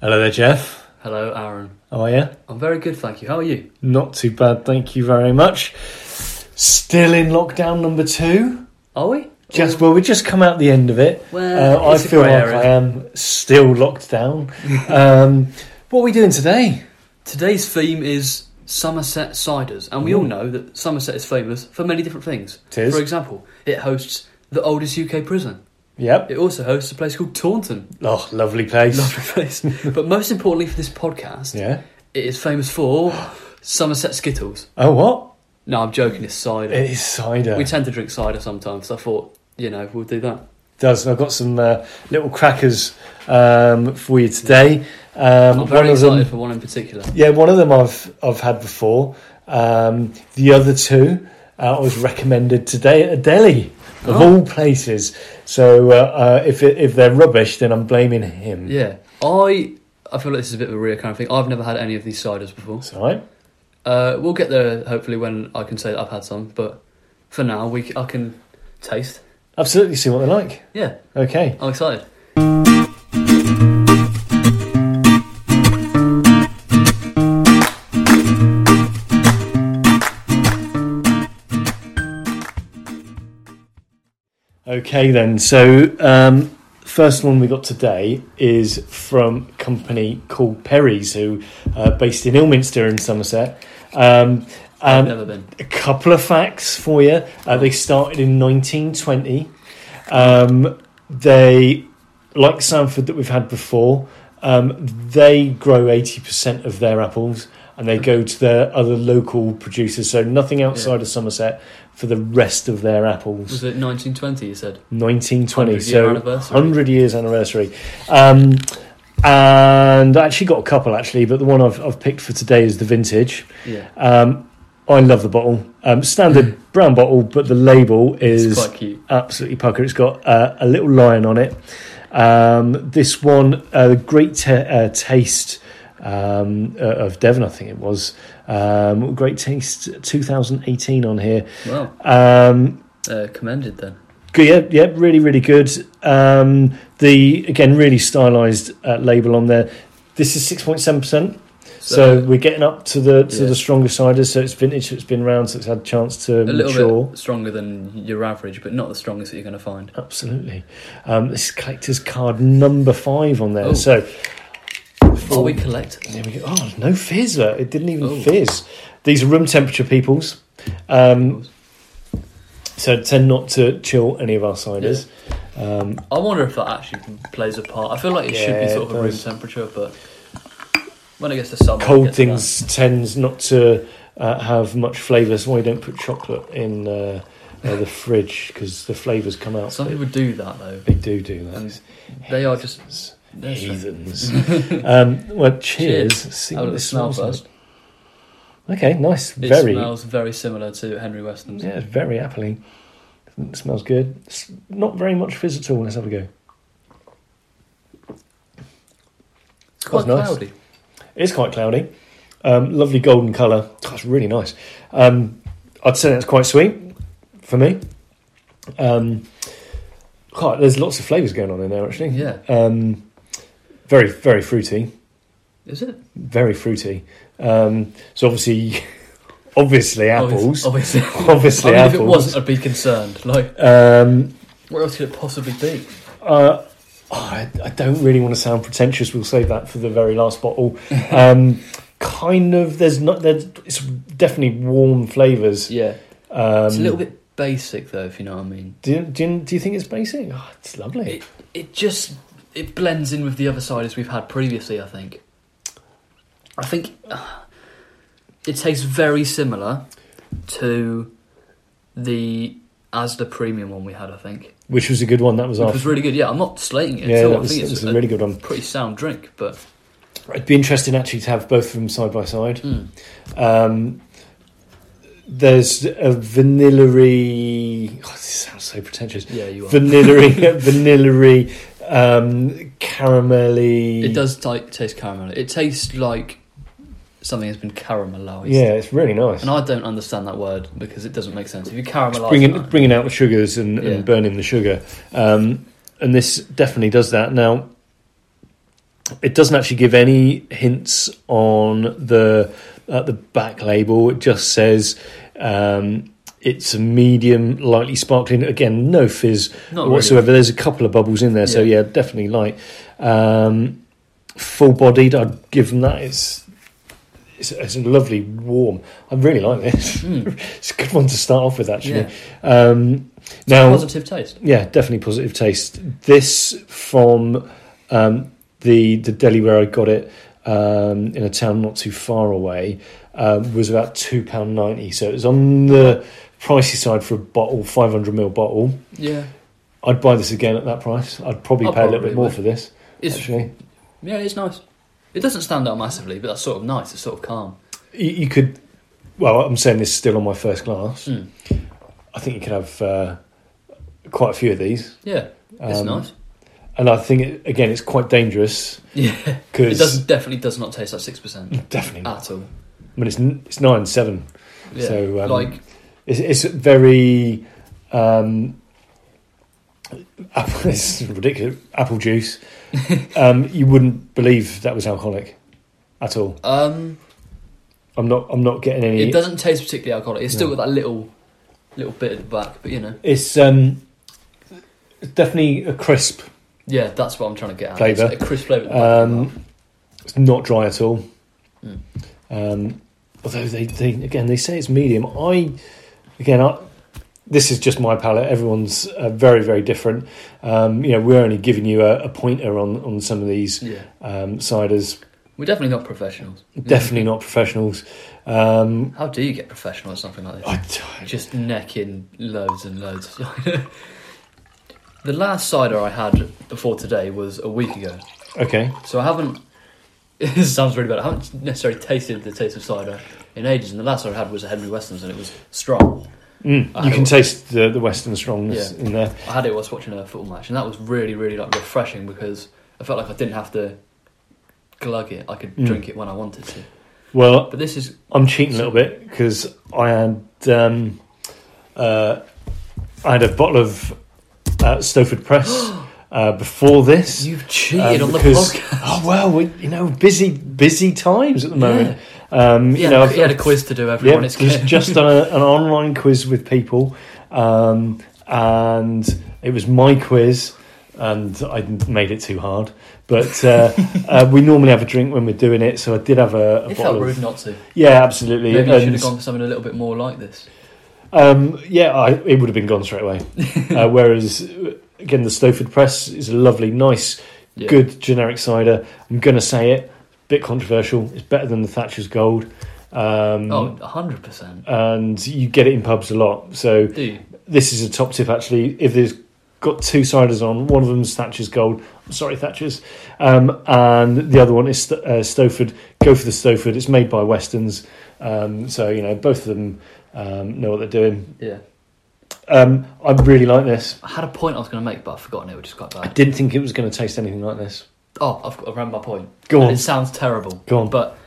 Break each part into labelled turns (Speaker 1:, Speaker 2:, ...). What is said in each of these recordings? Speaker 1: Hello there, Jeff.
Speaker 2: Hello, Aaron.
Speaker 1: How are you?
Speaker 2: I'm very good, thank you. How are you?
Speaker 1: Not too bad, thank you very much. Still in lockdown number two.
Speaker 2: Are we?
Speaker 1: Just well, we just come out the end of it.
Speaker 2: Well,
Speaker 1: uh, I
Speaker 2: it's a
Speaker 1: feel like
Speaker 2: grey area.
Speaker 1: I am still locked down. um, what are we doing today?
Speaker 2: Today's theme is Somerset Ciders, and we
Speaker 1: Ooh.
Speaker 2: all know that Somerset is famous for many different things.
Speaker 1: Tis.
Speaker 2: For example, it hosts the oldest UK prison.
Speaker 1: Yep.
Speaker 2: It also hosts a place called Taunton.
Speaker 1: Oh, lovely place.
Speaker 2: Lovely place. but most importantly for this podcast,
Speaker 1: Yeah.
Speaker 2: it is famous for Somerset Skittles.
Speaker 1: Oh, what?
Speaker 2: No, I'm joking, it's cider.
Speaker 1: It is cider.
Speaker 2: We tend to drink cider sometimes, so I thought, you know, we'll do that.
Speaker 1: does. I've got some uh, little crackers um, for you today. Um,
Speaker 2: I'm
Speaker 1: one
Speaker 2: very
Speaker 1: of
Speaker 2: excited
Speaker 1: them,
Speaker 2: for one in particular.
Speaker 1: yeah, one of them I've I've had before. Um, the other two uh, I was recommended today at a deli of
Speaker 2: Oh.
Speaker 1: all places. So uh, uh, if it, if they're rubbish, then I'm blaming him.
Speaker 2: Yeah, I I feel like this is a bit of a reoccurring thing. I've never had any of these ciders before.
Speaker 1: It's all right.
Speaker 2: Uh, we'll get there hopefully when I can say that I've had some, but for now we c- I can taste.
Speaker 1: Absolutely, see what they're like.
Speaker 2: Yeah,
Speaker 1: Okay.
Speaker 2: I'm excited.
Speaker 1: Okay then. So um, first one we got today is from a company called Perry's, who are based in Ilminster in Somerset. Um,
Speaker 2: I've
Speaker 1: and
Speaker 2: never been.
Speaker 1: a couple of facts for you. Uh, they started in 1920. Um, they, like Sanford that we've had before, um, they grow 80% of their apples and they go to their other local producers. So nothing outside of Somerset for the rest of their apples.
Speaker 2: Was it 1920? You said.
Speaker 1: 1920,
Speaker 2: 100
Speaker 1: so
Speaker 2: year anniversary.
Speaker 1: 100 years anniversary. Um, and I actually got a couple actually, but the one I've, I've picked for today is the vintage.
Speaker 2: Yeah,
Speaker 1: Um, I love the bottle. Um, standard brown bottle, but the label is
Speaker 2: Mm. it's quite cute.
Speaker 1: absolutely pucker. It's got uh, a little lion on it. Um, this one, uh, great ta uh, taste um, uh, of Devon, I think it was. Um, great taste 2018 on here.
Speaker 2: Wow,
Speaker 1: Um,
Speaker 2: uh, commended then.
Speaker 1: Good, yeah, yeah, really, really good. Um, the again, really stylized uh, label on there. This is six point seven percent, so we're getting up to the to
Speaker 2: Yeah.
Speaker 1: the stronger ciders. So it's vintage, so it's been around, so it's had a chance to
Speaker 2: a little
Speaker 1: mature.
Speaker 2: bit stronger than your average, but not the strongest that you're going to find.
Speaker 1: Absolutely, um, this is collector's card number five on there.
Speaker 2: Oh.
Speaker 1: So
Speaker 2: Are we collect?
Speaker 1: there we go. Oh, no fizz! uh, It didn't even
Speaker 2: Oh.
Speaker 1: fizz. These are room temperature peoples. Um, so tend not to chill any of our ciders. Um,
Speaker 2: I wonder if that actually plays a part. I feel like it should
Speaker 1: Yeah,
Speaker 2: be sort
Speaker 1: it
Speaker 2: of a room
Speaker 1: does.
Speaker 2: temperature, but when it gets to summer, it
Speaker 1: cold
Speaker 2: gets to that.
Speaker 1: things tends not to uh, have much flavour. So why you don't put chocolate in uh, uh, the fridge because the flavours come out.
Speaker 2: Some
Speaker 1: They,
Speaker 2: people do that though.
Speaker 1: they do do that.
Speaker 2: And
Speaker 1: It's
Speaker 2: They are just they're strange.
Speaker 1: heathens. um, well, cheers.
Speaker 2: Cheers.
Speaker 1: See
Speaker 2: How
Speaker 1: what
Speaker 2: does it
Speaker 1: this
Speaker 2: smell
Speaker 1: smells like.
Speaker 2: first?
Speaker 1: Okay, nice.
Speaker 2: It
Speaker 1: very.
Speaker 2: smells very similar to Henry Weston's.
Speaker 1: Yeah, it's very appley. It smells good. It's not very much fizz at all. Let's have a go.
Speaker 2: it's quite
Speaker 1: quite nice.
Speaker 2: cloudy.
Speaker 1: It's quite cloudy. Um, lovely golden colour. Oh, it's really nice. Um, I'd say that's quite sweet for me. Um, God, there's lots of flavours going on in there actually.
Speaker 2: Yeah.
Speaker 1: Um, very, very fruity.
Speaker 2: Is it?
Speaker 1: Very fruity. Um, so obviously, obviously apples.
Speaker 2: Obviously. obviously.
Speaker 1: Obviously
Speaker 2: I mean, if
Speaker 1: apples.
Speaker 2: it wasn't, I'd be concerned. Like,
Speaker 1: Um,
Speaker 2: what else could it possibly be?
Speaker 1: Uh, oh, I, I don't really want to sound pretentious. We'll save that for the very last bottle. Um, kind of. There's not. There's. It's definitely warm flavors.
Speaker 2: Yeah.
Speaker 1: Um,
Speaker 2: It's a little bit basic, though, if you know what I mean.
Speaker 1: Do you, do you, do you think it's basic? Oh, it's lovely.
Speaker 2: It it just it blends in with the other ciders we've had previously. I think. I think uh, it tastes very similar to the Asda premium one we had. I think,
Speaker 1: Which was a good one. That was
Speaker 2: which
Speaker 1: off.
Speaker 2: was really good. Yeah, I'm not slating it
Speaker 1: yeah,
Speaker 2: at all.
Speaker 1: that
Speaker 2: I
Speaker 1: was,
Speaker 2: think
Speaker 1: that
Speaker 2: it's
Speaker 1: was a really good one.
Speaker 2: pretty sound drink, but
Speaker 1: It'd be interesting actually to have both of them side by side.
Speaker 2: mm,
Speaker 1: Um, there's a vanilla-y... Oh, this sounds so pretentious.
Speaker 2: yeah, you are.
Speaker 1: Vanilla-y, vanilla-y, um, caramelly.
Speaker 2: It does t- taste caramel. It tastes like something has been caramelized.
Speaker 1: Yeah, it's really nice.
Speaker 2: And I don't understand that word because it doesn't make sense. If you caramelize,
Speaker 1: bringing
Speaker 2: something-
Speaker 1: bringing out the sugars and,
Speaker 2: Yeah.
Speaker 1: and burning the sugar, um, and this definitely does that. Now, It doesn't actually give any hints on the at the back label. It just says um, it's a medium, lightly sparkling. Again, no fizz
Speaker 2: Not
Speaker 1: whatsoever. There's a couple of bubbles in there, so
Speaker 2: Yeah.
Speaker 1: yeah, definitely light. Um, full bodied. I'd give them that. It's it's, it's a lovely warm. I really like this.
Speaker 2: Hmm.
Speaker 1: it's a good one to start off with, actually. Um, now,
Speaker 2: Positive taste.
Speaker 1: yeah, definitely positive taste. This from um, the the deli where I got it um, in a town not too far away um, was about two pound ninety, so it was on the pricey side for a bottle, five hundred ml bottle.
Speaker 2: Yeah.
Speaker 1: I'd buy this again at that price. I'd probably
Speaker 2: I
Speaker 1: pay a little
Speaker 2: probably
Speaker 1: bit more
Speaker 2: would.
Speaker 1: for this.
Speaker 2: It's
Speaker 1: Actually,
Speaker 2: yeah, it's nice. It doesn't stand out massively, but that's sort of nice. It's sort of calm.
Speaker 1: you, you could. Well, I'm saying this still on my first glass.
Speaker 2: Mm.
Speaker 1: I think you could have uh, quite a few of these,
Speaker 2: Yeah, it's
Speaker 1: Um,
Speaker 2: nice.
Speaker 1: and I think it, again it's quite dangerous
Speaker 2: Yeah, it Ah. does
Speaker 1: because
Speaker 2: definitely does not taste like six percent
Speaker 1: definitely not.
Speaker 2: at all.
Speaker 1: I mean, it's n- it's nine seven.
Speaker 2: Yeah.
Speaker 1: So, um,
Speaker 2: like
Speaker 1: It's, it's very um, apple, it's ridiculous. Apple juice. um, you wouldn't believe that was alcoholic at all.
Speaker 2: um,
Speaker 1: I'm not. I'm not getting any.
Speaker 2: it doesn't taste particularly alcoholic. It's still
Speaker 1: No.
Speaker 2: got that little little bit at the back, but you know,
Speaker 1: It's um, definitely a crisp.
Speaker 2: yeah, that's what I'm trying to get at.
Speaker 1: Flavour.
Speaker 2: It's a crisp flavour. at the back of the mouth.
Speaker 1: Um, it's not dry at all.
Speaker 2: Mm.
Speaker 1: Um, although they, they again they say it's medium. I again I, this is just my palate. Everyone's uh, very very different. Um, you know we're only giving you a, a pointer on on some of these
Speaker 2: yeah,
Speaker 1: um, ciders.
Speaker 2: we're definitely not professionals.
Speaker 1: Definitely not professionals. Um,
Speaker 2: How do you get professional at something like this?
Speaker 1: I don't-
Speaker 2: just necking loads and loads. the last cider I had before today was a week ago,
Speaker 1: okay,
Speaker 2: so I haven't. It sounds really bad. I haven't necessarily tasted the taste of cider in ages, and the last cider I had was a Henry Weston's, and it was strong.
Speaker 1: mm,
Speaker 2: I
Speaker 1: you can
Speaker 2: don't-
Speaker 1: taste the, the western strongness
Speaker 2: Yeah.
Speaker 1: in there.
Speaker 2: I had it whilst watching a football match, and that was really, really like refreshing because I felt like I didn't have to glug it. I could
Speaker 1: Mm.
Speaker 2: drink it when I wanted to.
Speaker 1: Well,
Speaker 2: But this is
Speaker 1: I'm cheating a little bit because I had um, uh, I had a bottle of uh, Stowford Press uh, before this.
Speaker 2: you've cheated
Speaker 1: um,
Speaker 2: on the
Speaker 1: because-
Speaker 2: podcast.
Speaker 1: Oh well, we, you know, busy busy times at the
Speaker 2: Yeah.
Speaker 1: moment. Um,
Speaker 2: Yeah,
Speaker 1: you know,
Speaker 2: he had a quiz to do. Everyone,
Speaker 1: yeah,
Speaker 2: it's
Speaker 1: just, just done a, an online quiz with people, um, and it was my quiz, and I made it too hard. But uh, uh, we normally have a drink when we're doing it, so I did have a, a
Speaker 2: it felt
Speaker 1: bottle.
Speaker 2: rude
Speaker 1: Of,
Speaker 2: not to.
Speaker 1: yeah, absolutely.
Speaker 2: Maybe you should
Speaker 1: and-
Speaker 2: have gone for something a little bit more like this.
Speaker 1: um, yeah, I, it would have been gone straight away. uh, whereas, uh, again, the Stowford Press is a lovely, nice,
Speaker 2: Yeah.
Speaker 1: good generic cider. I'm going to say it, bit controversial. It's better than the Thatcher's Gold. Um,
Speaker 2: Oh, hundred percent.
Speaker 1: And you get it in pubs a lot. So,
Speaker 2: Do
Speaker 1: this is a top tip, actually. If there's got two ciders on, one of them's Thatcher's Gold. I'm sorry, Thatcher's. Um, and the other one is St- uh, Stowford. Go for the Stowford. It's made by Weston's. Um, so, you know, both of them um, know what they're doing.
Speaker 2: yeah.
Speaker 1: Um, I really like this.
Speaker 2: I had a point I was going to make, but I've forgotten it, which is quite
Speaker 1: I
Speaker 2: bad.
Speaker 1: didn't think it was going to taste anything like this.
Speaker 2: Oh, I've got, I ran my point.
Speaker 1: Go
Speaker 2: And
Speaker 1: on.
Speaker 2: It sounds terrible.
Speaker 1: Go on.
Speaker 2: But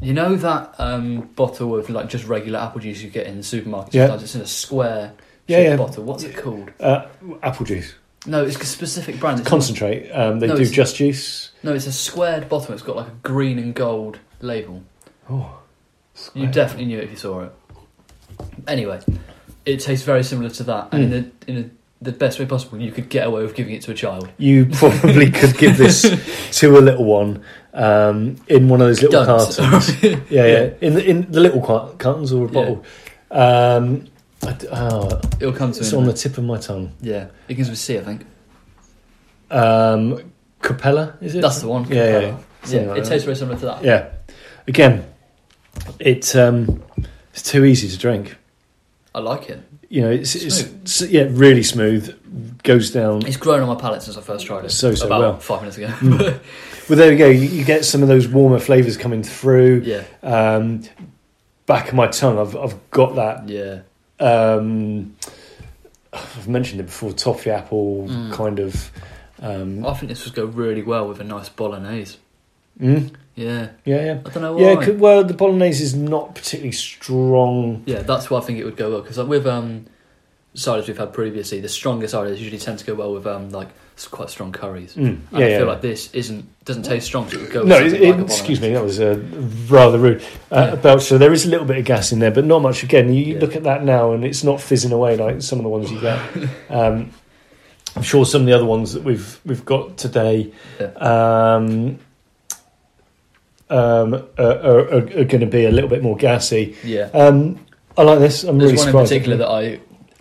Speaker 2: you know that um, bottle of like just regular apple juice you get in the supermarket?
Speaker 1: Yeah.
Speaker 2: sometimes? It's in a square
Speaker 1: Yeah,
Speaker 2: shaped
Speaker 1: yeah.
Speaker 2: bottle. What's it called?
Speaker 1: Uh, apple juice
Speaker 2: No, it's a specific brand. It's
Speaker 1: concentrate. Um, they
Speaker 2: No,
Speaker 1: do
Speaker 2: it's-
Speaker 1: just juice.
Speaker 2: not- no, it's a squared bottle. It's got like a green and gold label.
Speaker 1: Oh,
Speaker 2: You definitely knew it if you saw it. Anyway, it tastes very similar to that, and
Speaker 1: Hmm.
Speaker 2: in, the, in the, the best way possible, you could get away with giving it to a child.
Speaker 1: You probably could give this to a little one um, in one of those little
Speaker 2: Don't.
Speaker 1: cartons. yeah, yeah,
Speaker 2: Yeah.
Speaker 1: In the in the little car- cartons or a
Speaker 2: Yeah.
Speaker 1: bottle. Um, I d- oh,
Speaker 2: It'll come to
Speaker 1: it's
Speaker 2: me.
Speaker 1: on the tip of my tongue.
Speaker 2: Yeah, it begins with C, I think.
Speaker 1: Um, Capella is it?
Speaker 2: That's the one.
Speaker 1: Yeah, yeah, yeah.
Speaker 2: Yeah,
Speaker 1: Something like
Speaker 2: it
Speaker 1: that.
Speaker 2: tastes very similar to that.
Speaker 1: Yeah. Again, it um, it's too easy to drink.
Speaker 2: I like it.
Speaker 1: you know, it's, it's, it's yeah, really smooth. Goes down.
Speaker 2: It's grown on my palate since I first tried it.
Speaker 1: So, so
Speaker 2: about
Speaker 1: well. Mm.
Speaker 2: five minutes ago.
Speaker 1: Well, there we go. You, you get some of those warmer flavors coming through.
Speaker 2: yeah,
Speaker 1: Um, back of my tongue, I've I've got that.
Speaker 2: yeah,
Speaker 1: Um, I've mentioned it before. Toffee apple
Speaker 2: Mm.
Speaker 1: kind of. Um,
Speaker 2: I think this would go really well with a nice bolognese.
Speaker 1: mm,
Speaker 2: Yeah,
Speaker 1: yeah, yeah.
Speaker 2: I don't know why.
Speaker 1: Yeah, c- well, the bolognese is not particularly strong.
Speaker 2: Yeah, that's why I think it would go well because like, with um, ciders we've had previously, the strongest ciders usually tend to go well with um, like it's quite strong curries.
Speaker 1: Mm.
Speaker 2: And
Speaker 1: Yeah,
Speaker 2: I
Speaker 1: yeah.
Speaker 2: feel like this isn't doesn't taste strong. So it goes
Speaker 1: No,
Speaker 2: with
Speaker 1: it,
Speaker 2: something like
Speaker 1: it-
Speaker 2: a
Speaker 1: excuse
Speaker 2: bolognese.
Speaker 1: me, that was uh, rather rude. Uh,
Speaker 2: Yeah.
Speaker 1: About so there is a little bit of gas in there, but not much. Again, you
Speaker 2: Yeah.
Speaker 1: look at that now, and it's not fizzing away like some of the ones you get. Um, I'm sure some of the other ones that we've we've got today
Speaker 2: Yeah.
Speaker 1: um, um, are, are, are going to be a little bit more gassy.
Speaker 2: Yeah.
Speaker 1: Um, I like this. I'm
Speaker 2: There's
Speaker 1: really
Speaker 2: one in
Speaker 1: surprised.
Speaker 2: particular that I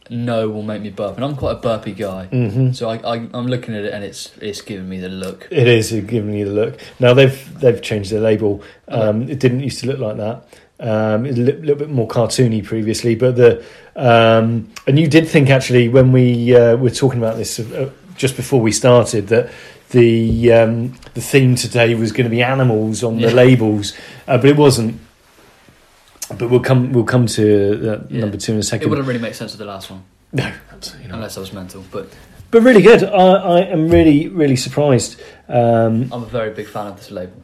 Speaker 2: know will make me burp, and I'm quite a burpy guy.
Speaker 1: Mhm.
Speaker 2: So I, I, I'm looking at it, and it's it's giving me the look.
Speaker 1: It is uh, giving you the look. Now they've they've changed their label. Um, it didn't used to look like that. Um, it's a li- little bit more cartoony previously, but the um, and you did think actually when we uh, were talking about this uh, just before we started that the um, the theme today was going to be animals on the
Speaker 2: Yeah.
Speaker 1: labels, uh, but it wasn't. But we'll come we'll come to uh,
Speaker 2: Yeah.
Speaker 1: number two in a
Speaker 2: It
Speaker 1: second.
Speaker 2: wouldn't really make sense with the last one,
Speaker 1: no, absolutely not.
Speaker 2: unless I was mental. But
Speaker 1: But really good. I, I am really really surprised. Um,
Speaker 2: I'm a very big fan of this label.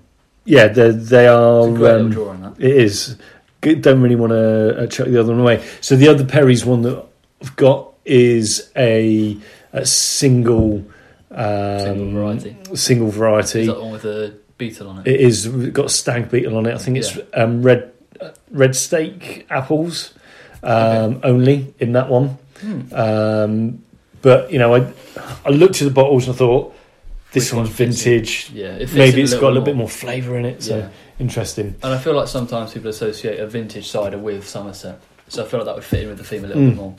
Speaker 1: yeah, they they are.
Speaker 2: It's a great little
Speaker 1: um,
Speaker 2: drawing. That
Speaker 1: It is. G- Don't really want to uh, chuck the other one away. So the other Perry's one that I've got is a, a single, um,
Speaker 2: Single variety.
Speaker 1: Single variety.
Speaker 2: is that the one with the beetle on it.
Speaker 1: It is we've got stag beetle on it. I think it's
Speaker 2: Yeah.
Speaker 1: um, red uh, red steak apples um, only in that one.
Speaker 2: Hmm.
Speaker 1: Um, but you know, I I looked at the bottles and I thought this
Speaker 2: Which one
Speaker 1: one's
Speaker 2: fits it?
Speaker 1: vintage.
Speaker 2: Yeah, it fits
Speaker 1: Maybe
Speaker 2: it
Speaker 1: it's got a little bit more flavour in it. So
Speaker 2: Yeah.
Speaker 1: interesting.
Speaker 2: And I feel like sometimes people associate a vintage cider with Somerset, so I feel like that would fit in with the theme a little
Speaker 1: Mm.
Speaker 2: bit more.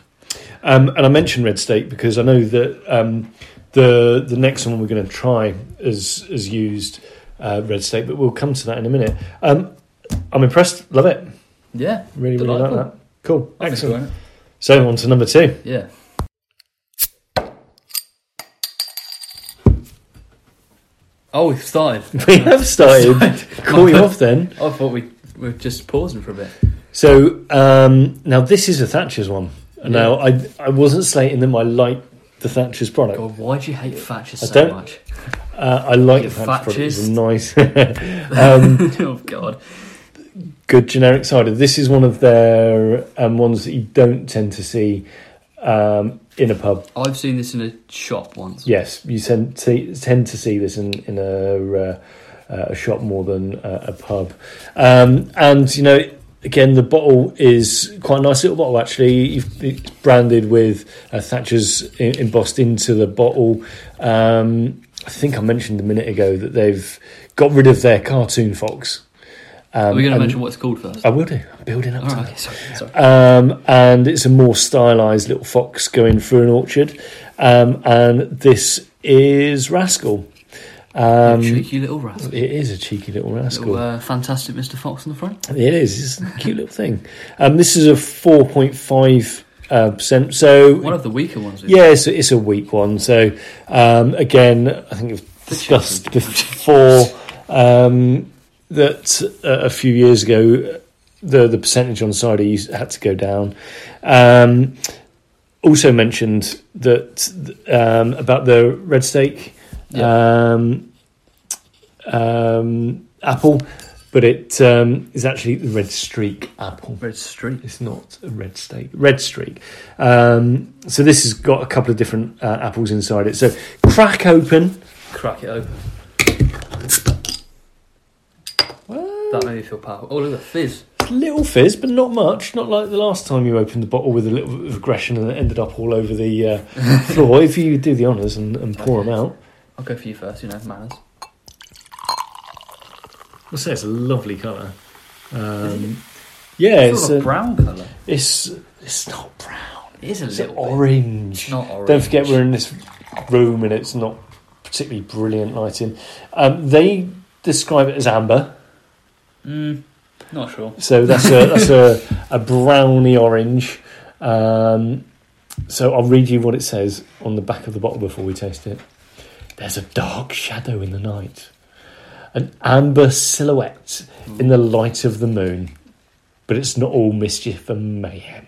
Speaker 1: Um, and I mentioned red steak because I know that um, the the next one we're going to try has has used uh, red steak, but we'll come to that in a minute. Um, I'm impressed. Love it.
Speaker 2: Yeah,
Speaker 1: Really, really like
Speaker 2: Delightful.
Speaker 1: that. Cool.
Speaker 2: I'm
Speaker 1: Excellent.
Speaker 2: enjoying
Speaker 1: So on to number two.
Speaker 2: it. Yeah, oh, we've started.
Speaker 1: We have started.
Speaker 2: Started.
Speaker 1: Call you off then.
Speaker 2: I thought we were just pausing for a bit.
Speaker 1: So um, now this is a Thatcher's one. Now I I wasn't slating them. I like the Thatcher's product.
Speaker 2: God, why do you hate Thatchers
Speaker 1: I
Speaker 2: so
Speaker 1: don't-
Speaker 2: much?
Speaker 1: Uh, I like
Speaker 2: You
Speaker 1: the Thatcher's product. It's nice. um,
Speaker 2: oh God,
Speaker 1: good generic cider. This is one of their um, ones that you don't tend to see um, in a pub.
Speaker 2: I've seen this in a shop once.
Speaker 1: Yes, you tend to, tend to see this in in a uh, uh, a shop more than uh, a pub. Um, and you know, again, the bottle is quite a nice little bottle. Actually, You've, it's branded with uh, Thatcher's en- embossed into the bottle. Um, I think I mentioned a minute ago that they've got rid of their cartoon fox. Um,
Speaker 2: Are we going to
Speaker 1: and-
Speaker 2: mention what it's called first?
Speaker 1: I will do. I'm building up
Speaker 2: All
Speaker 1: to
Speaker 2: right,
Speaker 1: that.
Speaker 2: okay, Oh, sorry, sorry.
Speaker 1: Um, and it's a more stylized little fox going through an orchard. Um, and this is Rascal. Um, it
Speaker 2: Cheeky little rascal.
Speaker 1: is a cheeky little rascal.
Speaker 2: Little, uh, fantastic Mr. Fox in the front.
Speaker 1: It is. It's a cute little thing. Um, this is a 4.5%. Uh, percent. so,
Speaker 2: One of the weaker ones. we've-
Speaker 1: yeah, it's a, it's a weak one. So, um, again, I think we've discussed before um, that uh, a few years ago, the, the percentage on cider use had to go down. Um, also mentioned that um, about the red steak um, um, apple, but it um, is actually the red streak apple.
Speaker 2: Red Street.
Speaker 1: It's not a red steak. Red streak. Um, so this has got a couple of different uh, apples inside it. So crack open.
Speaker 2: Crack it open. That made me feel powerful. Oh, look at the fizz.
Speaker 1: Little fizz, but not much. Not like the last time you opened the bottle with a little bit of aggression and it ended up all over the uh, floor. If you do the honours and, and pour them out.
Speaker 2: I'll go for you first, you know, manners.
Speaker 1: I'll say it's a lovely colour. Um, yeah,
Speaker 2: It's
Speaker 1: it's,
Speaker 2: sort of a
Speaker 1: a,
Speaker 2: brown colour.
Speaker 1: it's it's not brown.
Speaker 2: It is a
Speaker 1: It's
Speaker 2: little bit.
Speaker 1: orange.
Speaker 2: It's not orange.
Speaker 1: Don't forget, we're in this room and it's not particularly brilliant lighting. Um, they describe it as amber,
Speaker 2: Mm, not sure.
Speaker 1: so that's a that's a, a browny orange. Um, so I'll read you what it says on the back of the bottle before we taste it. There's a dark shadow in the night, an amber silhouette in the light of the moon, but it's not all mischief and mayhem.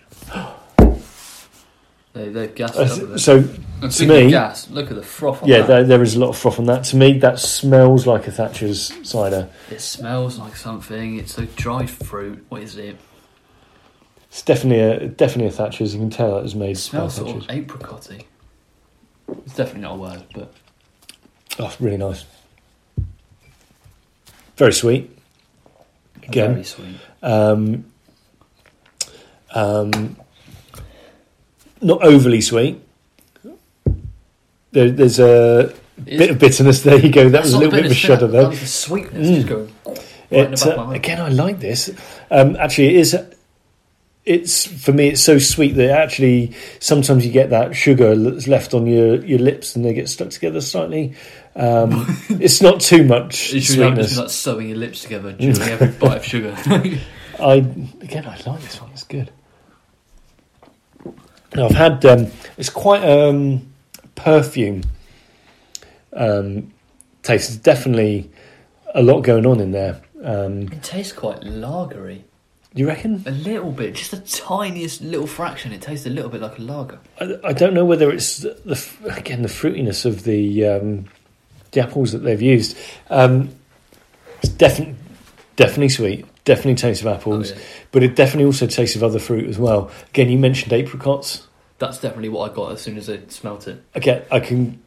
Speaker 2: They, they've gassed it up a
Speaker 1: Uh,
Speaker 2: bit.
Speaker 1: so
Speaker 2: and
Speaker 1: to
Speaker 2: speaking of
Speaker 1: me-
Speaker 2: gas, look at the froth on
Speaker 1: yeah,
Speaker 2: that.
Speaker 1: there, there is a lot of froth on that. To me, that smells like a Thatcher's cider.
Speaker 2: It smells like something. It's a dried fruit. What is it?
Speaker 1: It's definitely a definitely a Thatcher's. You can tell it was made
Speaker 2: It
Speaker 1: by
Speaker 2: smells sort
Speaker 1: Thatcher's.
Speaker 2: of apricotty. It's definitely not a word, but
Speaker 1: Oh, it's really nice. Very sweet. Again,
Speaker 2: Very sweet.
Speaker 1: um, um, not overly sweet. There, there's a bit of bitterness. There you go. That was a little bit of a shudder
Speaker 2: though.
Speaker 1: there.
Speaker 2: The sweetness is
Speaker 1: Mm.
Speaker 2: going right in the
Speaker 1: It,
Speaker 2: back of
Speaker 1: uh,
Speaker 2: my mind.
Speaker 1: again, I like this. Um, actually, it is. It's for me. It's so sweet that actually sometimes you get that sugar that's left on your, your lips and they get stuck together slightly. Um, it's not too much
Speaker 2: You should be like,
Speaker 1: sweetness. Mm.
Speaker 2: just like sewing your lips together during every bite of sugar. I've
Speaker 1: I again, I like this one. It's good. Now, I've had um, it's quite um, perfume um, taste. There's definitely a lot going on in there. Um,
Speaker 2: It tastes quite lagery.
Speaker 1: you reckon?
Speaker 2: A little bit, just the tiniest little fraction. It tastes a little bit like a lager.
Speaker 1: I, I don't know whether it's the, the f- again the fruitiness of the um, the apples that they've used. Um, it's definitely definitely sweet. Definitely taste of apples,
Speaker 2: Oh, yeah.
Speaker 1: but it definitely also tastes of other fruit as well. Again, you mentioned apricots.
Speaker 2: That's definitely what I got as soon as I smelt it.
Speaker 1: Okay, I can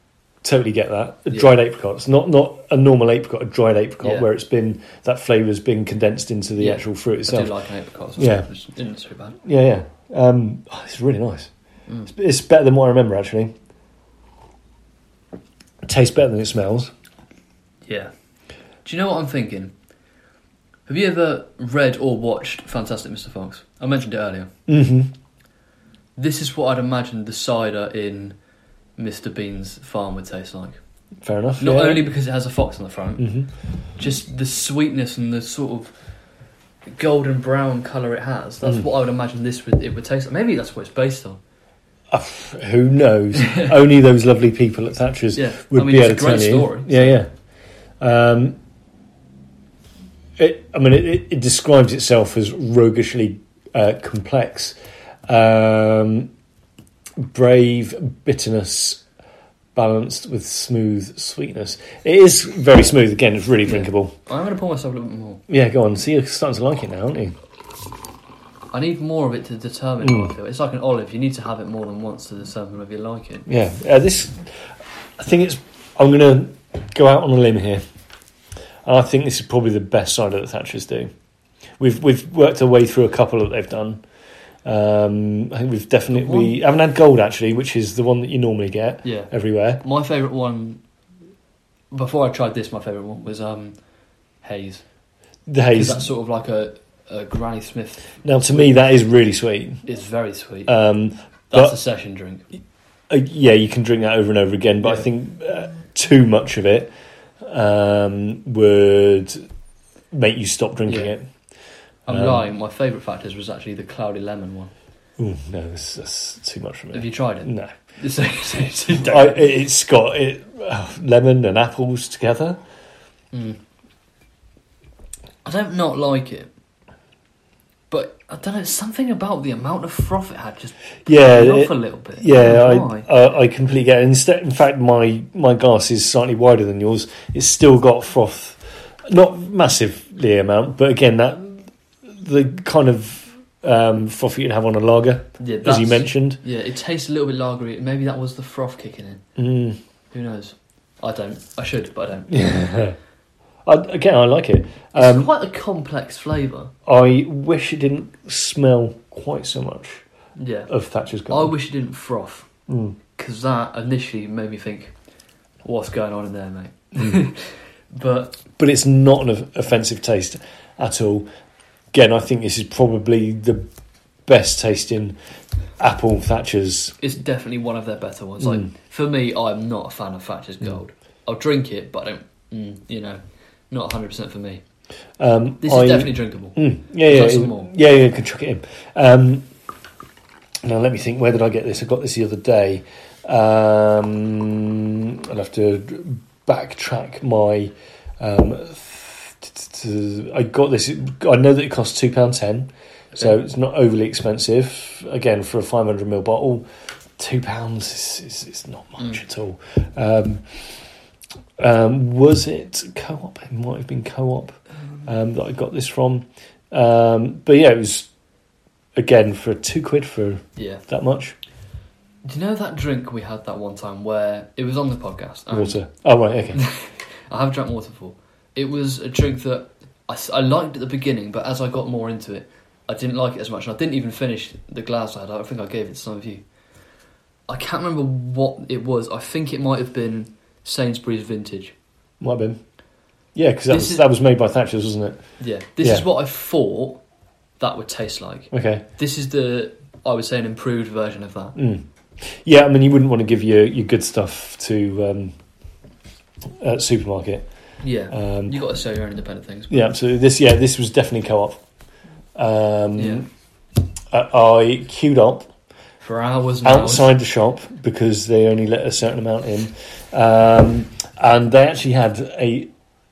Speaker 1: totally get that. A
Speaker 2: Yeah.
Speaker 1: Dried apricots, not not a normal apricot, a dried apricot
Speaker 2: Yeah.
Speaker 1: where it's been that flavour has been condensed into the
Speaker 2: Yeah,
Speaker 1: actual fruit
Speaker 2: I
Speaker 1: itself.
Speaker 2: do like an apricot. So
Speaker 1: Yeah.
Speaker 2: It didn't so bad.
Speaker 1: yeah, yeah. Um, oh, it's really nice.
Speaker 2: Mm.
Speaker 1: It's, it's better than what I remember actually. It tastes better than it smells.
Speaker 2: Yeah. Do you know what I'm thinking? Have you ever read or watched Fantastic Mr. Fox? I mentioned it earlier.
Speaker 1: hmm
Speaker 2: This is what I'd imagine the cider in Mr. Bean's farm would taste like.
Speaker 1: Fair enough.
Speaker 2: Not
Speaker 1: yeah.
Speaker 2: only because it has a fox on the front,
Speaker 1: Mhm.
Speaker 2: just the sweetness and the sort of golden brown colour it has. That's
Speaker 1: Mm.
Speaker 2: what I would imagine this would it would taste like. Maybe that's what it's based on.
Speaker 1: Uh, who knows? only those lovely people at Thatcher's
Speaker 2: Yeah.
Speaker 1: would
Speaker 2: I mean,
Speaker 1: be
Speaker 2: it's
Speaker 1: able to
Speaker 2: a great
Speaker 1: tell you.
Speaker 2: story.
Speaker 1: Yeah, yeah. Um, it, I mean, it, it, it describes itself as roguishly uh, complex, um, brave bitterness balanced with smooth sweetness. It is very smooth. Again, it's really
Speaker 2: Yeah.
Speaker 1: drinkable.
Speaker 2: I'm going to pour myself a little bit more.
Speaker 1: Yeah, go on. See, you're starting to like it now, aren't you?
Speaker 2: I need more of it to determine
Speaker 1: Mm.
Speaker 2: how I feel. It's like an olive. You need to have it more than once to determine whether you like it.
Speaker 1: Yeah. Uh, this, I think it's. I'm going to go out on a limb here, and I think this is probably the best cider that Thatcher's do. We've we've worked our way through a couple that they've done. Um, I think we've definitely
Speaker 2: one-
Speaker 1: we haven't had gold actually, which is the one that you normally get
Speaker 2: Yeah.
Speaker 1: everywhere.
Speaker 2: My favourite one, before I tried this, my favourite one was um, Haze.
Speaker 1: The
Speaker 2: 'Cause
Speaker 1: haze.
Speaker 2: That's sort of like a, a Granny Smith.
Speaker 1: Now, to me, that is really sweet.
Speaker 2: It's very sweet.
Speaker 1: Um,
Speaker 2: That's
Speaker 1: but-
Speaker 2: a session drink.
Speaker 1: uh, yeah, you can drink that over and over again, but I
Speaker 2: Yeah.
Speaker 1: think uh, too much of it um, would make you stop drinking
Speaker 2: Yeah.
Speaker 1: it.
Speaker 2: I'm
Speaker 1: Um,
Speaker 2: lying. My favourite factors was actually the cloudy lemon one.
Speaker 1: Ooh, no, that's, that's too much for me.
Speaker 2: Have you tried it?
Speaker 1: No,
Speaker 2: It's- it's- it's-
Speaker 1: I, it- it's got it, uh, lemon and apples together.
Speaker 2: Mm. I don't not like it, but I don't know. Something about the amount of froth it had just
Speaker 1: Yeah,
Speaker 2: put me
Speaker 1: it-
Speaker 2: off a little bit. I
Speaker 1: Yeah,
Speaker 2: don't know
Speaker 1: I, uh,
Speaker 2: why.
Speaker 1: I I completely get it. Instead, in fact, my my glass is slightly wider than yours. It's still got froth, not massively amount, but again, that the kind of um, froth you'd have on a lager,
Speaker 2: yeah,
Speaker 1: as you
Speaker 2: that's-
Speaker 1: mentioned.
Speaker 2: Yeah, it tastes a little bit lagery. Maybe that was the froth kicking in.
Speaker 1: Mm.
Speaker 2: Who knows? I don't. I should, but I don't.
Speaker 1: I, again, I like it.
Speaker 2: It's
Speaker 1: Um,
Speaker 2: quite a complex flavour.
Speaker 1: I wish it didn't smell quite so much
Speaker 2: Yeah.
Speaker 1: of Thatcher's
Speaker 2: I
Speaker 1: garden.
Speaker 2: wish it didn't froth,
Speaker 1: Mm.
Speaker 2: because that initially made me think, what's going on in there, mate? Hmm. but
Speaker 1: but it's not an of- offensive taste at all. Again, I think this is probably the best tasting apple Thatcher's.
Speaker 2: it's definitely one of their better ones.
Speaker 1: Mm.
Speaker 2: Like, for me, I'm not a fan of Thatcher's Gold. I'll drink it, but I don't, mm, you know, not 100% for me.
Speaker 1: Um,
Speaker 2: This
Speaker 1: I-
Speaker 2: is definitely drinkable.
Speaker 1: Mm, yeah,
Speaker 2: Chuck
Speaker 1: yeah,
Speaker 2: some
Speaker 1: it-
Speaker 2: more.
Speaker 1: yeah, yeah. Could chuck it in. Um, now let me think. Where did I get this? I got this the other day. Um, I'll have to backtrack my. Um, th- th- th- I got this. I know that it costs two pound ten, so
Speaker 2: Okay.
Speaker 1: it's not overly expensive. Again, for a five hundred ml bottle, two pounds is, is, is not much
Speaker 2: Mm.
Speaker 1: at all. Um, um, was it co-op? It might have been co-op um, that I got this from. Um, but yeah, it was again for two quid for
Speaker 2: Yeah.
Speaker 1: that much.
Speaker 2: Do you know that drink we had that one time where it was on the podcast? and
Speaker 1: Water. Oh right, okay.
Speaker 2: I have drank water before. It was a drink that I, s- I liked at the beginning, but as I got more into it, I didn't like it as much. And I didn't even finish the glass I had. I think I gave it to some of you. I can't remember what it was. I think it might have been Sainsbury's Vintage.
Speaker 1: Might have been. Yeah, because that,
Speaker 2: This
Speaker 1: was
Speaker 2: is-
Speaker 1: that was made by Thatcher's, wasn't it?
Speaker 2: Yeah, this is
Speaker 1: Yeah.
Speaker 2: what I thought that would taste like.
Speaker 1: Okay.
Speaker 2: This is the, I would say, an improved version of that.
Speaker 1: Mm. Yeah, I mean, you wouldn't want to give your, your good stuff to um, a supermarket.
Speaker 2: Yeah.
Speaker 1: Um,
Speaker 2: you got to sell your own independent things.
Speaker 1: yeah, absolutely. This yeah, this was definitely co-op. Um,
Speaker 2: Yeah.
Speaker 1: uh, I, I queued up
Speaker 2: For hours and hours.
Speaker 1: outside the shop because they only let a certain amount in, um, and they actually had a,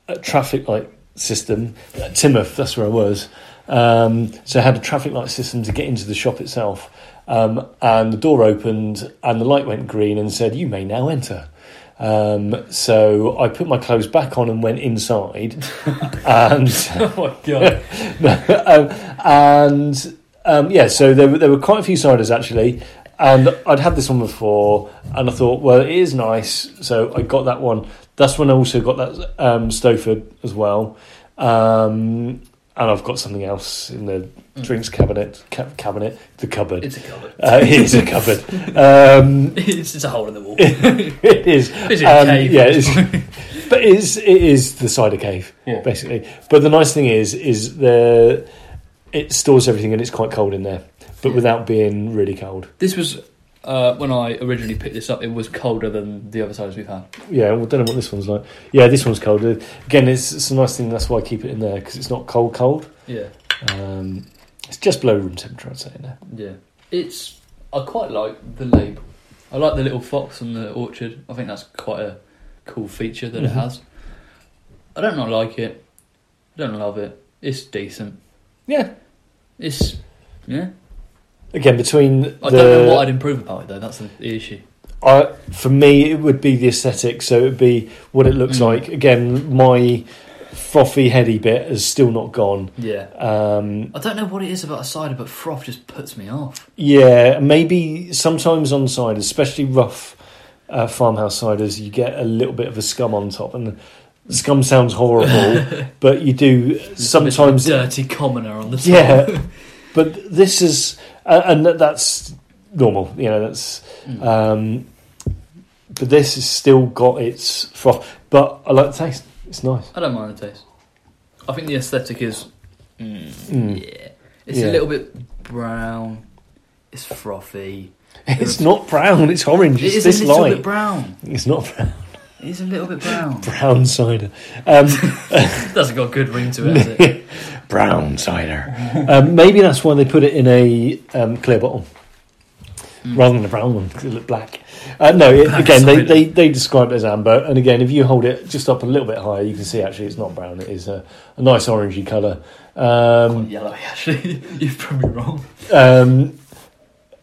Speaker 1: a traffic light system. Uh, Timoth, that's where I was. Um, so I had a traffic light system to get into the shop itself, um, and the door opened and the light went green and said, "You may now enter." Um, so I put my clothes back on and went inside, and
Speaker 2: Oh my god.
Speaker 1: um, and um, yeah, so there, were- there were quite a few ciders actually, and I'd had this one before, and I thought, well, it is nice, so I got that one. That's when I also got that um, Stowford as well, um, and I've got something else in the drinks cabinet, ca- cabinet, the cupboard.
Speaker 2: It's a cupboard.
Speaker 1: Uh, it is a cupboard. Um,
Speaker 2: it's just a hole in the wall.
Speaker 1: it is. Um,
Speaker 2: It's in a cave.
Speaker 1: Yeah, it is, but it is, it is the cider cave
Speaker 2: Yeah.
Speaker 1: basically. But the nice thing is, is the it stores everything and it's quite cold in there, but
Speaker 2: Yeah.
Speaker 1: without being really cold.
Speaker 2: This was uh, when I originally picked this up. It was colder than the other sides we've had.
Speaker 1: Yeah, well, don't know what this one's like. Yeah, this one's cold. Again, it's, it's a nice thing. That's why I keep it in there because it's not cold, cold.
Speaker 2: Yeah,
Speaker 1: Um, it's just below room temperature, I'd say. In there,
Speaker 2: yeah. It's I quite like the label. I like the little fox on the orchard. I think that's quite a cool feature that
Speaker 1: Mhm.
Speaker 2: it has. I don't not like it. I don't love it. It's decent.
Speaker 1: yeah.
Speaker 2: It's yeah.
Speaker 1: Again, between
Speaker 2: I
Speaker 1: the,
Speaker 2: don't know what I'd improve about it though. That's the issue.
Speaker 1: I, for me, it would be the aesthetic. So it would be what it looks
Speaker 2: Mm.
Speaker 1: like. Again, my frothy, heady bit is still not gone.
Speaker 2: Yeah.
Speaker 1: Um,
Speaker 2: I don't know what it is about a cider, but froth just puts me off.
Speaker 1: yeah, maybe sometimes on ciders, especially rough uh, farmhouse ciders, you get a little bit of a scum on top. And scum sounds horrible, but you do sometimes.
Speaker 2: dirty commoner on the side.
Speaker 1: Yeah, but this is, uh, and that- that's normal. You know, that's
Speaker 2: Mm.
Speaker 1: Um, but this has still got its froth. But I like the taste. It's nice.
Speaker 2: I don't mind the taste. I think the aesthetic is.
Speaker 1: Mm.
Speaker 2: Yeah. It's
Speaker 1: Yeah.
Speaker 2: a little bit brown. It's frothy.
Speaker 1: It's not brown. It's orange.
Speaker 2: It
Speaker 1: It's
Speaker 2: is
Speaker 1: this
Speaker 2: a little
Speaker 1: light.
Speaker 2: bit brown.
Speaker 1: it's not brown,
Speaker 2: It is a little bit brown.
Speaker 1: brown cider. Um,
Speaker 2: it doesn't got a good ring to it, has it?
Speaker 1: brown cider. um, maybe that's why they put it in a um, clear bottle
Speaker 2: Mm.
Speaker 1: rather than a brown one because it looked black. Uh, no, it,
Speaker 2: Black
Speaker 1: again, they,
Speaker 2: cider.
Speaker 1: they, they describe it as amber. And again, if you hold it just up a little bit higher, you can see actually it's not brown. It is a, a nice orangey colour. Um,
Speaker 2: Yellowy, Oh, actually. You're probably wrong.
Speaker 1: Um,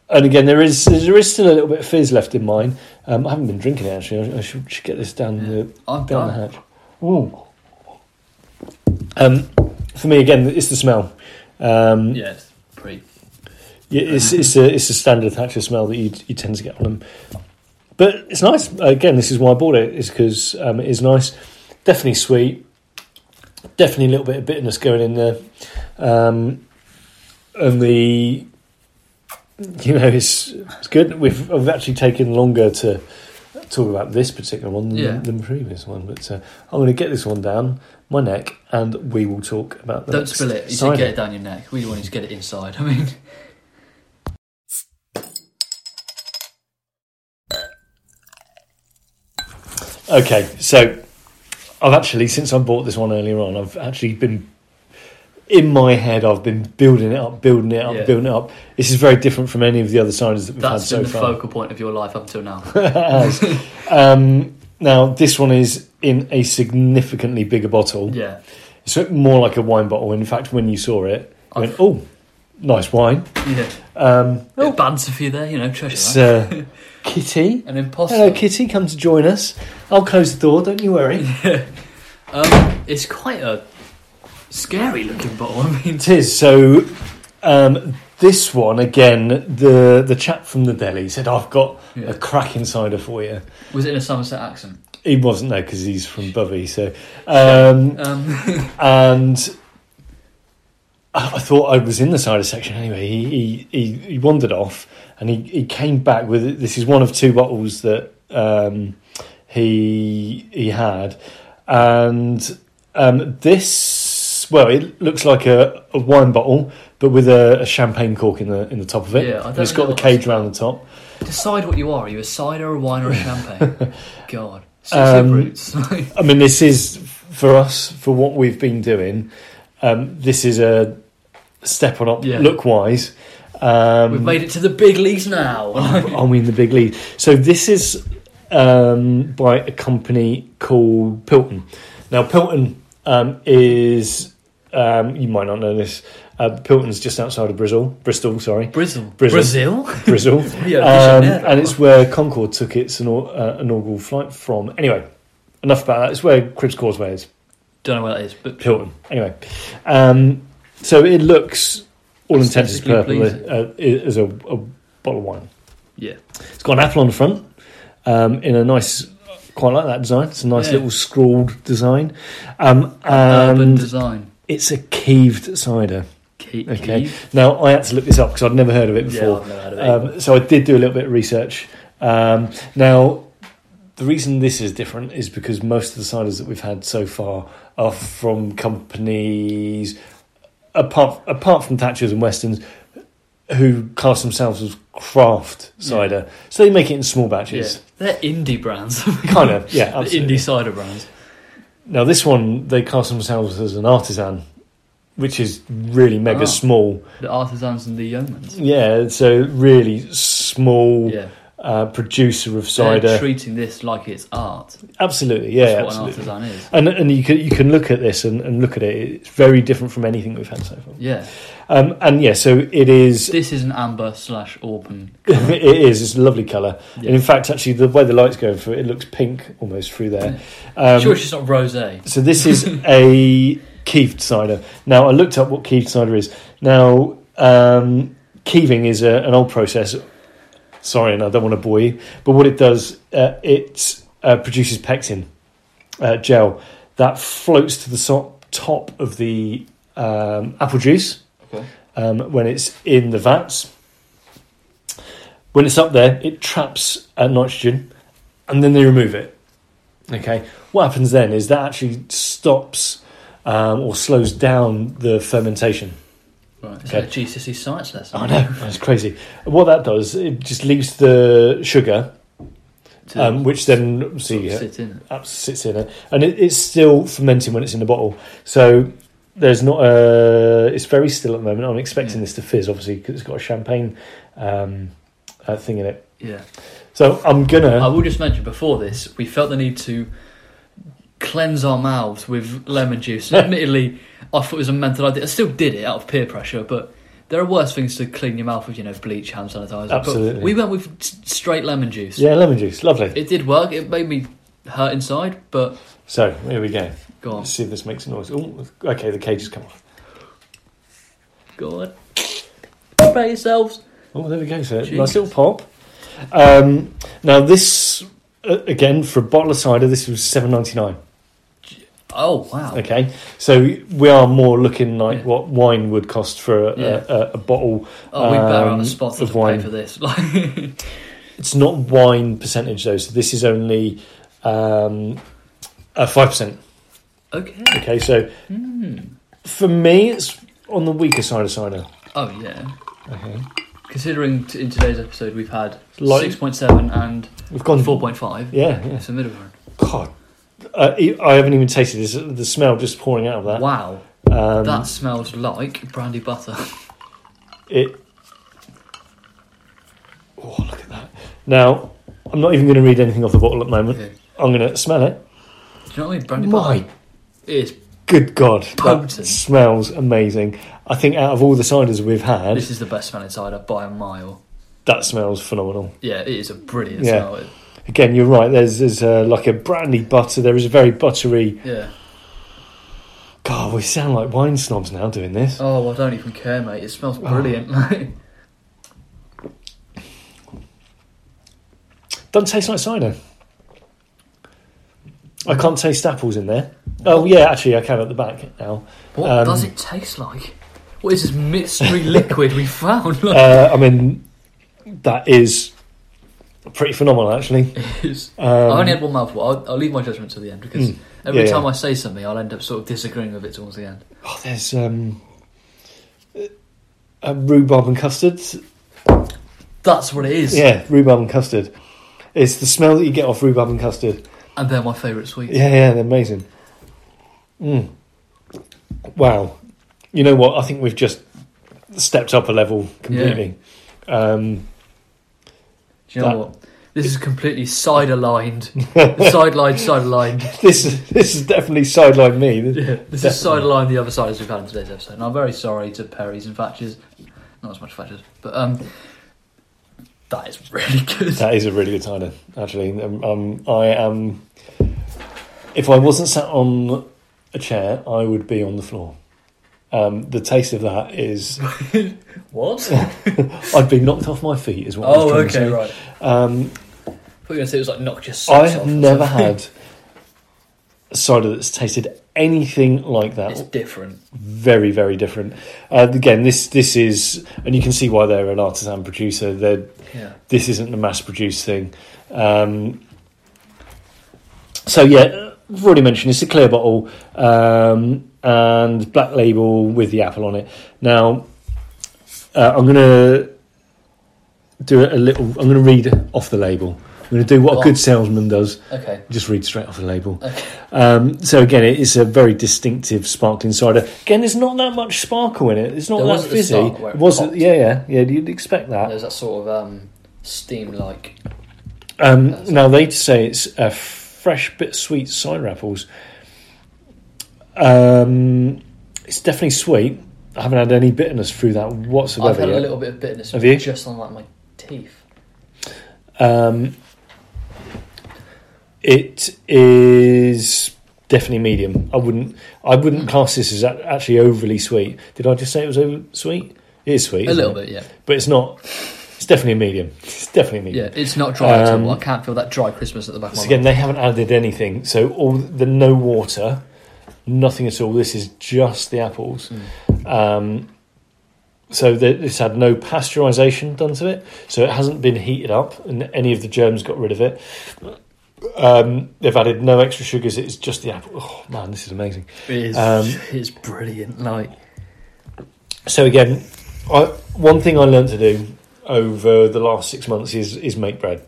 Speaker 1: and again, there is there is still a little bit of fizz left in mine. Um, I haven't been drinking it actually. I, I should, should get this down the
Speaker 2: I'm
Speaker 1: down
Speaker 2: done.
Speaker 1: the hatch. Ooh. Um, for me again, it's the smell. Um,
Speaker 2: Yeah, it's pretty.
Speaker 1: yeah, it's it's a it's a standard Thatcher smell that you you tend to get on them. But it's nice. Again, this is why I bought it. Is because um, it is nice. Definitely sweet. Definitely a little bit of bitterness going in there, um, and the you know it's it's good. We've I've actually taken longer to talk about this particular one than,
Speaker 2: Yeah.
Speaker 1: than the previous one. But uh, I'm going to get this one down my neck, and we will talk about the
Speaker 2: Don't
Speaker 1: next
Speaker 2: spill it. You
Speaker 1: cider.
Speaker 2: said get it down your neck. We want you to get it inside. I mean,
Speaker 1: Okay, so I've actually since I bought this one earlier on, I've actually been in my head. I've been building it up, building it up,
Speaker 2: Yeah.
Speaker 1: building it up. This is very different from any of the other ciders that we've
Speaker 2: that's
Speaker 1: had
Speaker 2: been
Speaker 1: so
Speaker 2: the
Speaker 1: far.
Speaker 2: focal point of your life up until now.
Speaker 1: It has. um, now this one is in a significantly bigger bottle.
Speaker 2: yeah.
Speaker 1: It's more like a wine bottle. In fact, when you saw it, you went, "Oh, nice wine."
Speaker 2: Yeah.
Speaker 1: Um,
Speaker 2: Bit of banter for you there, you know, treasure.
Speaker 1: it's
Speaker 2: that.
Speaker 1: uh, Kitty.
Speaker 2: An imposter.
Speaker 1: Hello, Kitty. Come to join us. I'll close the door. Don't you worry.
Speaker 2: Um, it's quite a scary looking bottle. I mean,
Speaker 1: It is. So Um, this one again, the the chap from the deli said, "I've got
Speaker 2: Yeah.
Speaker 1: a crack insider for you."
Speaker 2: Was it in a Somerset accent?
Speaker 1: He wasn't there because he's from Bovey, so um,
Speaker 2: Um,
Speaker 1: and I I thought I was in the cider section anyway. He he, he, he wandered off and he, he came back with this is one of two bottles that um, he he had, and um, this well it looks like a, a wine bottle but with a, a champagne cork in the in the top of it.
Speaker 2: Yeah, I
Speaker 1: And
Speaker 2: don't
Speaker 1: it's got
Speaker 2: know
Speaker 1: the
Speaker 2: what
Speaker 1: cage around the top.
Speaker 2: decide what you are. Are you a cider, a wine, or a champagne? God. Six
Speaker 1: Um,
Speaker 2: roots.
Speaker 1: I mean, this is for us for what we've been doing. Um, this is a step on up
Speaker 2: Yeah.
Speaker 1: look wise. Um,
Speaker 2: We've made it to the big leagues now.
Speaker 1: I mean the big lead. So this is um, by a company called Pilton. Now Pilton um, is um, you might not know this. Uh, Pilton's just outside of Bristol. Bristol, sorry,
Speaker 2: Brazil.
Speaker 1: Brazil.
Speaker 2: Brazil?
Speaker 1: Bristol.
Speaker 2: Yeah,
Speaker 1: Um,
Speaker 2: visionary.
Speaker 1: and it's where Concorde took its inau- uh, inaugural flight from. Anyway, enough about that. It's where Cribs Causeway is.
Speaker 2: Don't know where that is, but
Speaker 1: Hilton. Anyway, um, so it looks all intents and
Speaker 2: Aesthetically
Speaker 1: purposes uh, as a, a bottle of wine.
Speaker 2: yeah.
Speaker 1: It's got an apple on the front um, in a nice, quite like that design. It's a nice
Speaker 2: Yeah.
Speaker 1: little scrawled design, um,
Speaker 2: Urban
Speaker 1: and
Speaker 2: design.
Speaker 1: it's a keeved cider.
Speaker 2: Keep,
Speaker 1: Okay, now I had to look this up because I'd never heard of it before.
Speaker 2: Yeah, I've never heard of it.
Speaker 1: Um, so I did do a little bit of research. Um, now, the reason this is different is because most of the ciders that we've had so far are from companies, apart apart from Thatchers and Westerns, who class themselves as craft cider. So they make it in small
Speaker 2: yeah.
Speaker 1: batches,
Speaker 2: They're indie brands.
Speaker 1: kind of. Yeah,
Speaker 2: The
Speaker 1: absolutely.
Speaker 2: indie cider brands.
Speaker 1: Now this one, they class themselves as an artisan, which is really mega
Speaker 2: Ah.
Speaker 1: small.
Speaker 2: The artisans and the yeomans.
Speaker 1: Yeah, so really small
Speaker 2: Yeah.
Speaker 1: uh, producer of
Speaker 2: They're
Speaker 1: cider.
Speaker 2: treating this like it's art.
Speaker 1: Absolutely,
Speaker 2: That's
Speaker 1: yeah,
Speaker 2: what
Speaker 1: absolutely.
Speaker 2: an artisan is.
Speaker 1: And and you can you can look at this and, and look at it. It's very different from anything we've had so far.
Speaker 2: Yeah.
Speaker 1: Um, and yeah, so it is.
Speaker 2: This is an amber slash auburn.
Speaker 1: It is. It's a lovely colour.
Speaker 2: Yeah.
Speaker 1: And in fact, actually, the way the light's going through it, it looks pink almost through there. Um,
Speaker 2: sure, it's just not rosé.
Speaker 1: So this is a keeved cider. Now I looked up what keeved cider is. Now um, keeving is a, an old process. Sorry, and I don't want to bore you, but what it does, uh, it uh, produces pectin uh, gel that floats to the so- top of the um, apple juice
Speaker 2: Okay.
Speaker 1: um, when it's in the vats. When it's up there, it traps uh, nitrogen, and then they remove it. Okay, what happens then is that actually stops um, or slows down the fermentation.
Speaker 2: Right. It's
Speaker 1: Okay.
Speaker 2: like a GCSE science lesson.
Speaker 1: I know that's crazy. What that does, it just leaves the sugar,
Speaker 2: To
Speaker 1: um, which then obviously uh,
Speaker 2: sit in it.
Speaker 1: abs- sits in it, and it, it's still fermenting when it's in the bottle. So there's not a. It's very still at the moment. I'm expecting
Speaker 2: Yeah.
Speaker 1: this to fizz, obviously, because it's got a champagne um, uh, thing in it.
Speaker 2: Yeah.
Speaker 1: So I'm
Speaker 2: I
Speaker 1: gonna.
Speaker 2: will just mention before this, we felt the need to cleanse our mouths with lemon juice. And admittedly, I thought it was a mental idea. I still did it out of peer pressure, but there are worse things to clean your mouth with, you know, bleach, hand sanitizer.
Speaker 1: Absolutely.
Speaker 2: But we went with s- straight lemon juice.
Speaker 1: Yeah, lemon juice, lovely.
Speaker 2: It did work. It made me hurt inside, but
Speaker 1: So here we go.
Speaker 2: go on.
Speaker 1: Let's see if this makes a noise. Ooh, okay, the cage has come off.
Speaker 2: Go on. Spray yourselves.
Speaker 1: Oh, there we go. So nice
Speaker 2: Jesus.
Speaker 1: little pop. Um, now this uh, again for a bottle of cider, this was seven ninety nine.
Speaker 2: Oh, wow.
Speaker 1: Okay, so we are more looking like
Speaker 2: Yeah.
Speaker 1: what wine would cost for a,
Speaker 2: Yeah.
Speaker 1: a, a, a bottle.
Speaker 2: Oh, we better have
Speaker 1: um,
Speaker 2: a spot
Speaker 1: of
Speaker 2: to pay
Speaker 1: wine.
Speaker 2: for this. Like,
Speaker 1: It's not wine percentage though, so this is only um, a five percent.
Speaker 2: okay.
Speaker 1: Okay, so
Speaker 2: Hmm.
Speaker 1: for me, it's on the weaker side of cider.
Speaker 2: Oh, yeah.
Speaker 1: Okay,
Speaker 2: Considering t- in today's episode we've had
Speaker 1: Like-
Speaker 2: six point seven and
Speaker 1: we've gone
Speaker 2: four point five,
Speaker 1: Yeah, yeah.
Speaker 2: it's a middle ground.
Speaker 1: God, uh, e- I haven't even tasted this. The smell just pouring out of that.
Speaker 2: Wow,
Speaker 1: Um,
Speaker 2: that smells like brandy butter.
Speaker 1: It. Oh, look at that. Now, I'm not even going to read anything off the bottle at the moment.
Speaker 2: Okay.
Speaker 1: I'm going to smell it.
Speaker 2: Do you know what I mean? Brandy
Speaker 1: My
Speaker 2: butter. It's,
Speaker 1: good God. That
Speaker 2: Potent.
Speaker 1: smells amazing. I think out of all the ciders we've had,
Speaker 2: this is the best smelling cider by a mile.
Speaker 1: that smells phenomenal.
Speaker 2: Yeah, it is a brilliant
Speaker 1: Yeah.
Speaker 2: smell. It-
Speaker 1: Again, you're right. There's, there's uh, like a brandy butter. There is a very buttery.
Speaker 2: yeah,
Speaker 1: God, Oh, we sound like wine snobs now doing this.
Speaker 2: Oh, I don't even care, mate. It smells
Speaker 1: Oh.
Speaker 2: brilliant, mate.
Speaker 1: Doesn't taste like cider. I can't taste apples in there. Oh yeah, actually I can at the back now.
Speaker 2: What
Speaker 1: Um,
Speaker 2: does it taste like? What is this mystery liquid we found? Like,
Speaker 1: Uh, I mean, that is pretty phenomenal actually.
Speaker 2: it's-
Speaker 1: Um,
Speaker 2: I only had one mouthful. I'll, I'll leave my judgment to the end because
Speaker 1: Mm,
Speaker 2: every
Speaker 1: yeah,
Speaker 2: time
Speaker 1: yeah.
Speaker 2: I say something, I'll end up sort of disagreeing with it towards the end.
Speaker 1: Oh, there's um, uh, rhubarb and custard.
Speaker 2: That's what it is.
Speaker 1: Yeah, rhubarb and custard. It's the smell that you get off rhubarb and custard.
Speaker 2: And they're my favourite sweets.
Speaker 1: Yeah, yeah, they're amazing. Mm. Wow. You know what? I think we've just stepped up a level completely. Um,
Speaker 2: Do you know
Speaker 1: That-
Speaker 2: what? This is completely cider lined. side lined, cider lined.
Speaker 1: this is this is definitely sideline me.
Speaker 2: Yeah, this is side line the other side as we've had in today's episode. And I'm very sorry to Perry's and Thatcher's. Not as much Thatcher's, but um, that is really good.
Speaker 1: That is a really good cider, actually. Um, um, I am. If I wasn't sat on a chair, I would be on the floor. Um, the taste of that is,
Speaker 2: what?
Speaker 1: I'd be knocked off my feet. Is what. I was
Speaker 2: oh,
Speaker 1: trying
Speaker 2: okay,
Speaker 1: To
Speaker 2: right.
Speaker 1: say. Um,
Speaker 2: I thought you were going to say it was like noxious.
Speaker 1: I
Speaker 2: sex
Speaker 1: have
Speaker 2: off or
Speaker 1: never
Speaker 2: something.
Speaker 1: had cider that's tasted anything like that.
Speaker 2: It's different.
Speaker 1: very, very different. Uh, again, this this is, and you can see why they're an artisan producer. They're,
Speaker 2: Yeah.
Speaker 1: this isn't a mass produced thing. Um, so yeah, I've already mentioned it's a clear bottle um, and black label with the apple on it. Now, uh, I'm gonna do a little. I'm gonna read off the label. I'm gonna do what
Speaker 2: Go
Speaker 1: a
Speaker 2: on.
Speaker 1: good salesman does.
Speaker 2: Okay.
Speaker 1: Just read straight off the label.
Speaker 2: Okay.
Speaker 1: Um, so again, it is a very distinctive sparkling cider. Again, there's not that much sparkle in it. It's not
Speaker 2: There was
Speaker 1: that
Speaker 2: at the
Speaker 1: fizzy.
Speaker 2: start where it
Speaker 1: was
Speaker 2: popped.
Speaker 1: yeah, yeah, yeah. You'd expect that.
Speaker 2: There's that sort of um, steam like.
Speaker 1: Um, now they say it's a fresh, bit sweet cider apples. Um, it's definitely sweet. I haven't had any bitterness through that whatsoever.
Speaker 2: I've had
Speaker 1: yet.
Speaker 2: a little bit of bitterness
Speaker 1: Have you?
Speaker 2: just on like my teeth.
Speaker 1: Um, it is definitely medium. I wouldn't. I wouldn't class this as a- actually overly sweet. Did I just say it was over sweet? It is sweet,
Speaker 2: A
Speaker 1: isn't
Speaker 2: little
Speaker 1: it?
Speaker 2: bit, yeah.
Speaker 1: but it's not. It's definitely a medium. It's definitely a medium.
Speaker 2: Yeah, it's not dry at
Speaker 1: Um,
Speaker 2: all. I can't feel that dry Christmas at the back of
Speaker 1: So
Speaker 2: my
Speaker 1: again,
Speaker 2: mouth.
Speaker 1: they haven't added anything, so all the no water, nothing at all. This is just the apples.
Speaker 2: Hmm.
Speaker 1: Um, so the, it's had no pasteurisation done to it, so it hasn't been heated up, and any of the germs got rid of it. Um, they've added no extra sugars. It's just the apple. Oh man, this is amazing.
Speaker 2: It is,
Speaker 1: um,
Speaker 2: it is brilliant. Like,
Speaker 1: So again, I, one thing I learned to do over the last six months is is make bread,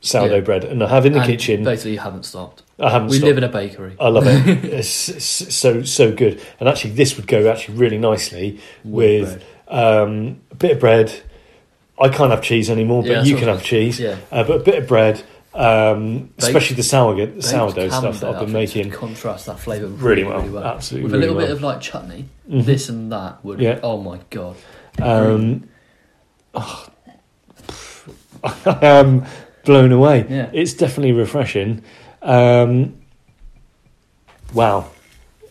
Speaker 1: sourdough
Speaker 2: Yeah.
Speaker 1: bread, and I have in the
Speaker 2: and
Speaker 1: kitchen.
Speaker 2: Basically, you haven't stopped.
Speaker 1: I haven't.
Speaker 2: We
Speaker 1: stopped. Oh,
Speaker 2: live in a bakery.
Speaker 1: I love it. it's s- so so good. And actually, this would go actually really nicely with, um, a bit of bread. I can't have cheese anymore,
Speaker 2: Yeah,
Speaker 1: but you
Speaker 2: that's
Speaker 1: can
Speaker 2: what-
Speaker 1: have cheese.
Speaker 2: yeah.
Speaker 1: Uh, but a bit of bread, um, especially the sourdough,
Speaker 2: Baked
Speaker 1: sourdough
Speaker 2: camembert,
Speaker 1: stuff that
Speaker 2: I
Speaker 1: I've been
Speaker 2: think, to
Speaker 1: making.
Speaker 2: contrast that flavour
Speaker 1: Really
Speaker 2: really,
Speaker 1: well.
Speaker 2: really well.
Speaker 1: Absolutely
Speaker 2: With
Speaker 1: really
Speaker 2: a
Speaker 1: well.
Speaker 2: little
Speaker 1: Mm-hmm.
Speaker 2: bit of like chutney, this and that would.
Speaker 1: Yeah.
Speaker 2: Oh my god.
Speaker 1: Um, oh, Um, I am blown away.
Speaker 2: Yeah.
Speaker 1: It's definitely refreshing. Um, wow.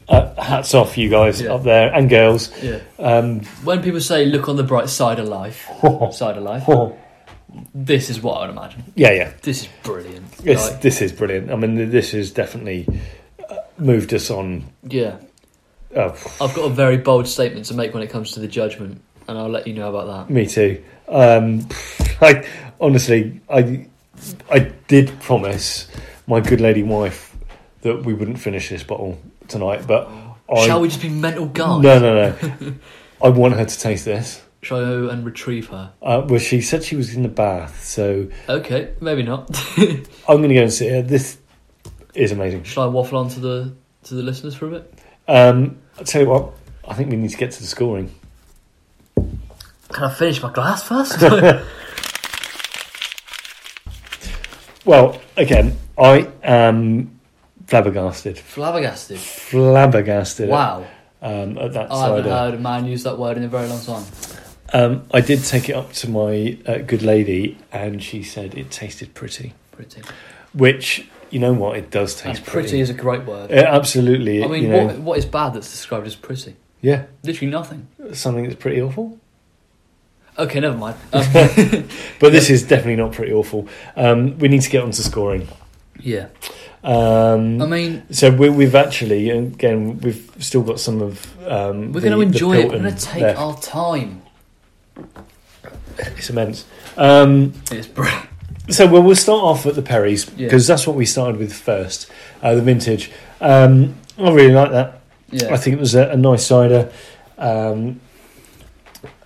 Speaker 1: Uh, hats off, you guys
Speaker 2: Yeah.
Speaker 1: up there and girls.
Speaker 2: Yeah.
Speaker 1: Um,
Speaker 2: When people say look on the bright side of life, side of life, this is what I would imagine.
Speaker 1: Yeah, yeah.
Speaker 2: This is brilliant.
Speaker 1: It's,
Speaker 2: Like,
Speaker 1: this is brilliant. I mean, th- this has definitely uh, moved us on.
Speaker 2: yeah.
Speaker 1: Oh,
Speaker 2: I've got a very bold statement to make when it comes to the judgment, and I'll let you know about that.
Speaker 1: me too. Um, I honestly, I, I did promise my good lady wife that we wouldn't finish this bottle tonight, but I
Speaker 2: Shall we just be mental guys?
Speaker 1: No, no, no. I want her to taste this.
Speaker 2: Shall I go and retrieve her?
Speaker 1: Uh, well, she said she was in the bath, so
Speaker 2: Okay, maybe not.
Speaker 1: I'm going to go and see her. This is amazing.
Speaker 2: Shall I waffle on to the to the listeners for a bit?
Speaker 1: Um, I tell you what, I think we need to get to the scoring.
Speaker 2: Can I finish my glass first?
Speaker 1: Well, again, I am flabbergasted,
Speaker 2: Flabbergasted.
Speaker 1: flabbergasted.
Speaker 2: Wow. Oh,
Speaker 1: Um, at that
Speaker 2: I haven't
Speaker 1: cider.
Speaker 2: heard a man use that word in a very long time.
Speaker 1: Um, I did take it up to my uh, good lady, and she said it tasted pretty,
Speaker 2: Pretty.
Speaker 1: which you know what? It does
Speaker 2: And
Speaker 1: taste
Speaker 2: pretty.
Speaker 1: pretty.
Speaker 2: is a great word.
Speaker 1: It absolutely.
Speaker 2: I mean,
Speaker 1: you know,
Speaker 2: what, what is bad that's described as pretty?
Speaker 1: yeah,
Speaker 2: Literally nothing.
Speaker 1: something that's pretty awful.
Speaker 2: Okay, never mind. Um,
Speaker 1: But this is definitely not pretty awful. Um, we need to get onto scoring.
Speaker 2: yeah.
Speaker 1: Um,
Speaker 2: I mean,
Speaker 1: so we, we've actually, again, we've still got some of. Um,
Speaker 2: we're
Speaker 1: the-
Speaker 2: going to
Speaker 1: the
Speaker 2: enjoy it. We're
Speaker 1: Pilton
Speaker 2: going to take
Speaker 1: left.
Speaker 2: our time.
Speaker 1: It's immense. Um,
Speaker 2: It's br-
Speaker 1: So well, we'll start off at the Perrys
Speaker 2: Yeah.
Speaker 1: because that's what we started with first, uh, the vintage. Um, I really like that. I
Speaker 2: yeah.
Speaker 1: think it was a, a nice cider. Um,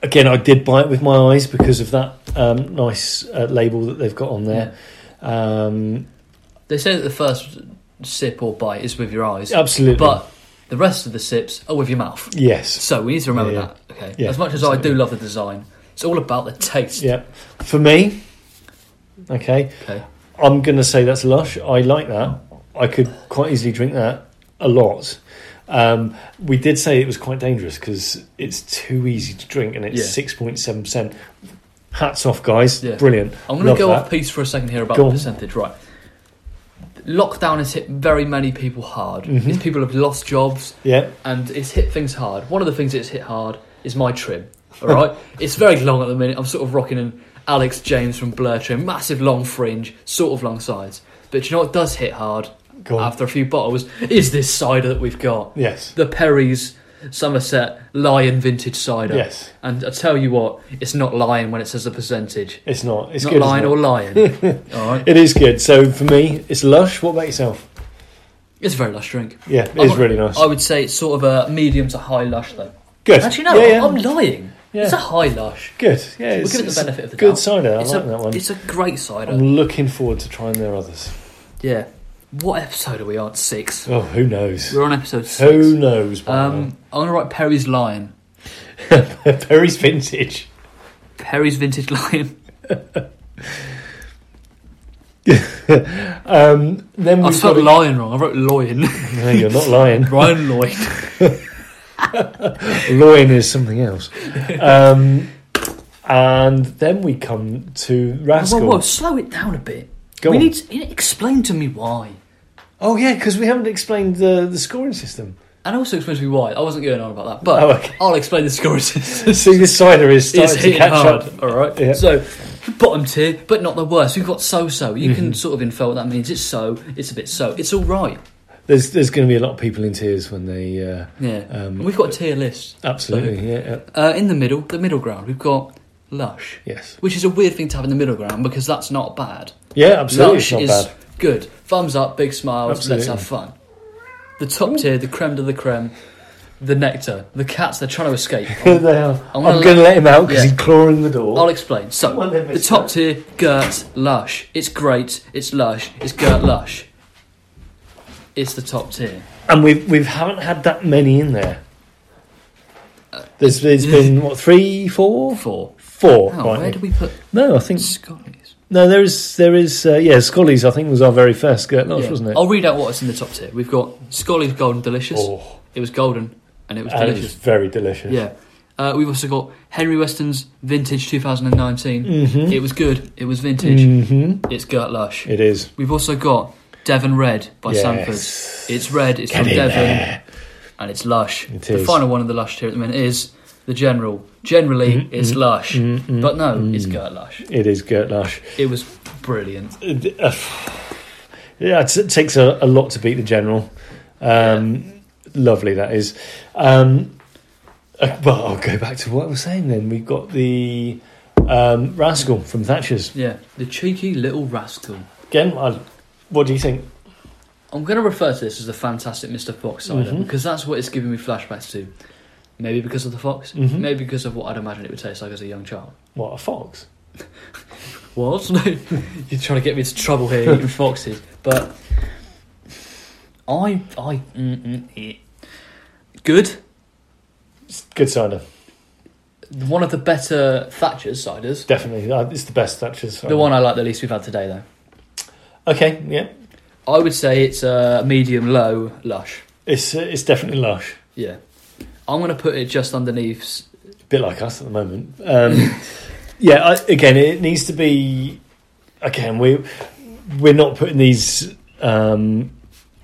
Speaker 1: again, I did buy it with my eyes because of that um, nice uh, label that they've got on there. Um,
Speaker 2: They say that the first sip or bite is with your eyes,
Speaker 1: absolutely,
Speaker 2: but the rest of the sips are with your mouth.
Speaker 1: yes,
Speaker 2: So we need to remember
Speaker 1: Yeah, yeah.
Speaker 2: that. Okay.
Speaker 1: Yeah,
Speaker 2: as much as I
Speaker 1: absolutely.
Speaker 2: do love the design, it's all about the taste.
Speaker 1: yeah. For me, okay,
Speaker 2: Okay.
Speaker 1: I'm going to say that's lush. I like that. I could quite easily drink that a lot. Um, we did say it was quite dangerous because it's too easy to drink and it's
Speaker 2: Yeah.
Speaker 1: six point seven percent. Hats off, guys!
Speaker 2: Yeah.
Speaker 1: Brilliant.
Speaker 2: I'm going
Speaker 1: Love
Speaker 2: to go
Speaker 1: that.
Speaker 2: off piece for a second here about
Speaker 1: Go
Speaker 2: the
Speaker 1: on.
Speaker 2: percentage. Right. Lockdown has hit very many people hard.
Speaker 1: Mm-hmm.
Speaker 2: These people have lost jobs
Speaker 1: Yeah,
Speaker 2: and it's hit things hard. One of the things that's hit hard is my trim. All right, it's very long at the minute. I'm sort of rocking an Alex James from Blur trim, massive long fringe, sort of long sides. But you know what does hit hard
Speaker 1: Go on.
Speaker 2: after a few bottles is this cider that we've got.
Speaker 1: yes,
Speaker 2: the Perry's Somerset Lion Vintage Cider.
Speaker 1: yes.
Speaker 2: And I tell you what, it's not lion when it says the percentage.
Speaker 1: It's not. It's
Speaker 2: It's not
Speaker 1: good.
Speaker 2: lion
Speaker 1: isn't it?
Speaker 2: or lion. All right.
Speaker 1: it is good. So for me, it's lush. What about yourself?
Speaker 2: It's a very lush drink.
Speaker 1: Yeah, it
Speaker 2: I
Speaker 1: is
Speaker 2: would-
Speaker 1: really nice.
Speaker 2: I would say it's sort of a medium to high lush though.
Speaker 1: good.
Speaker 2: Actually, no,
Speaker 1: Yeah, yeah.
Speaker 2: I'm lying.
Speaker 1: Yeah.
Speaker 2: It's a high lush.
Speaker 1: good. Yeah,
Speaker 2: We'll
Speaker 1: it's,
Speaker 2: give it the
Speaker 1: it's
Speaker 2: benefit of the
Speaker 1: good
Speaker 2: doubt.
Speaker 1: cider. I
Speaker 2: it's
Speaker 1: like
Speaker 2: a,
Speaker 1: that one.
Speaker 2: It's a great cider.
Speaker 1: I'm looking forward to trying their others.
Speaker 2: yeah. What episode are we on? Six.
Speaker 1: Oh, who knows?
Speaker 2: We're on episode six.
Speaker 1: Who knows? by
Speaker 2: Um, I'm gonna write Perry's Lion. Um,
Speaker 1: now? Perry's vintage.
Speaker 2: Perry's Vintage Lion.
Speaker 1: Um, then
Speaker 2: I
Speaker 1: we've got.
Speaker 2: spelled lion wrong. I wrote loin.
Speaker 1: no, you're not lying.
Speaker 2: Ryan Loin.
Speaker 1: Lying is something else. Um, and then we come to Rascal.
Speaker 2: Whoa, whoa, slow it down a bit.
Speaker 1: Go
Speaker 2: we
Speaker 1: on.
Speaker 2: need to explain to me why.
Speaker 1: Oh yeah, because we haven't explained the the scoring system.
Speaker 2: And also explain to me why. I wasn't going on about that, but
Speaker 1: Oh, okay.
Speaker 2: I'll explain the scoring system.
Speaker 1: See, this cider is
Speaker 2: It's
Speaker 1: starting to
Speaker 2: hitting
Speaker 1: catch
Speaker 2: hard,
Speaker 1: up.
Speaker 2: all right.
Speaker 1: Yeah.
Speaker 2: So, bottom tier, but not the worst. We've got so-so. You
Speaker 1: Mm-hmm.
Speaker 2: can sort of infer what that means. It's so, it's a bit so, it's all right.
Speaker 1: There's there's going to be a lot of people in tears when they. Uh,
Speaker 2: Yeah,
Speaker 1: Um,
Speaker 2: And we've got a tier list.
Speaker 1: absolutely. Yeah. yeah,
Speaker 2: Uh, in the middle, the middle ground, we've got lush,
Speaker 1: Yes.
Speaker 2: which is a weird thing to have in the middle ground because that's not bad.
Speaker 1: Yeah. Absolutely.
Speaker 2: Lush
Speaker 1: it's
Speaker 2: is
Speaker 1: not bad.
Speaker 2: good. Thumbs up, big smiles,
Speaker 1: Absolutely.
Speaker 2: let's have fun. The top tier, the creme de la creme, the nectar, the cats, they're trying to escape.
Speaker 1: Here they are. I'm
Speaker 2: I'm gonna
Speaker 1: going to let him out because
Speaker 2: yeah.
Speaker 1: he's clawing the door.
Speaker 2: I'll explain. So,
Speaker 1: Well, then,
Speaker 2: the
Speaker 1: Mr.
Speaker 2: top tier, Gert Lush. It's great, it's lush, it's Gert Lush. It's the top tier.
Speaker 1: and we we haven't had that many in there. There's there's been what three, four,
Speaker 2: Four.
Speaker 1: four.
Speaker 2: Oh,
Speaker 1: right.
Speaker 2: where do we put
Speaker 1: No, I think
Speaker 2: Scotties?
Speaker 1: no. There is there is uh, yeah. Scully's I think was our very first Gert Lush,
Speaker 2: Yeah. Oh,
Speaker 1: wasn't it?
Speaker 2: I'll read out what's in the top tier. We've got Scully's Golden Delicious.
Speaker 1: Oh.
Speaker 2: It was golden and it was
Speaker 1: and it
Speaker 2: delicious.
Speaker 1: was very delicious.
Speaker 2: Yeah. Uh, we've also got Henry Weston's Vintage 2019. It was good. It was vintage.
Speaker 1: Mhm.
Speaker 2: It's Gert Lush.
Speaker 1: Mm-hmm. it is.
Speaker 2: We've also got Devon Red by
Speaker 1: Yes.
Speaker 2: Sanford's. It's red. It's
Speaker 1: Get
Speaker 2: from
Speaker 1: in
Speaker 2: Devon,
Speaker 1: there.
Speaker 2: and it's lush.
Speaker 1: It
Speaker 2: the
Speaker 1: is.
Speaker 2: final one of the lush tier at the minute is the General. Generally,
Speaker 1: Mm-hmm,
Speaker 2: it's lush, but no, it's Gert Lush.
Speaker 1: It is Gert Lush.
Speaker 2: It was brilliant.
Speaker 1: Uh, Yeah, it t- takes a, a lot to beat the general. Um, Lovely that is. Um, uh, well, I'll go back to what I was saying. Then we've got the um, rascal from Thatcher's
Speaker 2: Yeah, the cheeky little rascal.
Speaker 1: again. I, what do you think?
Speaker 2: I'm going to refer to this as the fantastic Mr. Fox cider
Speaker 1: Mm-hmm.
Speaker 2: because that's what it's giving me flashbacks to. Maybe because of the fox,
Speaker 1: Mm-hmm.
Speaker 2: maybe because of what I'd imagine it would taste like as a young child.
Speaker 1: What a fox!
Speaker 2: What? You're trying to get me into trouble here eating foxes, but I, I, mm, mm, eh. good.
Speaker 1: It's good cider,
Speaker 2: One of the better Thatcher's ciders.
Speaker 1: definitely. Uh, It's the best Thatcher's. Cider.
Speaker 2: The one I like the least we've had today, though.
Speaker 1: Okay, yeah.
Speaker 2: I would say it's a uh, medium low lush.
Speaker 1: It's uh, it's definitely lush.
Speaker 2: Yeah, I'm going to put it just underneath s-
Speaker 1: A bit like us at the moment. Um, yeah, I, again, it needs to be. Again, we we're not putting these um,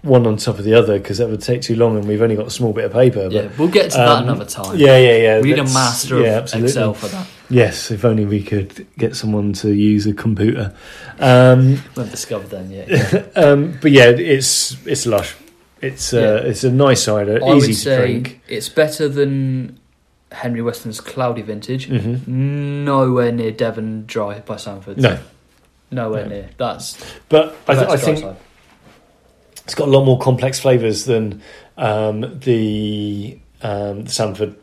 Speaker 1: one on top of the other because that would take too long, and we've only got a small bit of paper. But
Speaker 2: yeah, we'll get to that
Speaker 1: um,
Speaker 2: another time.
Speaker 1: yeah, yeah, yeah.
Speaker 2: we need a
Speaker 1: that's-
Speaker 2: master
Speaker 1: yeah,
Speaker 2: of
Speaker 1: absolutely.
Speaker 2: Excel for that.
Speaker 1: Yes, if only we could get someone to use a computer. Um,
Speaker 2: We've discovered then. Yeah, yeah.
Speaker 1: um, but yeah, it's it's lush. It's uh,
Speaker 2: Yeah.
Speaker 1: it's a nice cider,
Speaker 2: I
Speaker 1: easy
Speaker 2: would
Speaker 1: to
Speaker 2: say
Speaker 1: drink.
Speaker 2: it's better than Henry Weston's Cloudy Vintage.
Speaker 1: hmm
Speaker 2: Nowhere near Devon Dry by Sanford.
Speaker 1: No,
Speaker 2: nowhere
Speaker 1: No.
Speaker 2: near. That's
Speaker 1: but I, th-
Speaker 2: that's
Speaker 1: I
Speaker 2: dry
Speaker 1: think
Speaker 2: side.
Speaker 1: it's got a lot more complex flavours than um, the um, Sanford,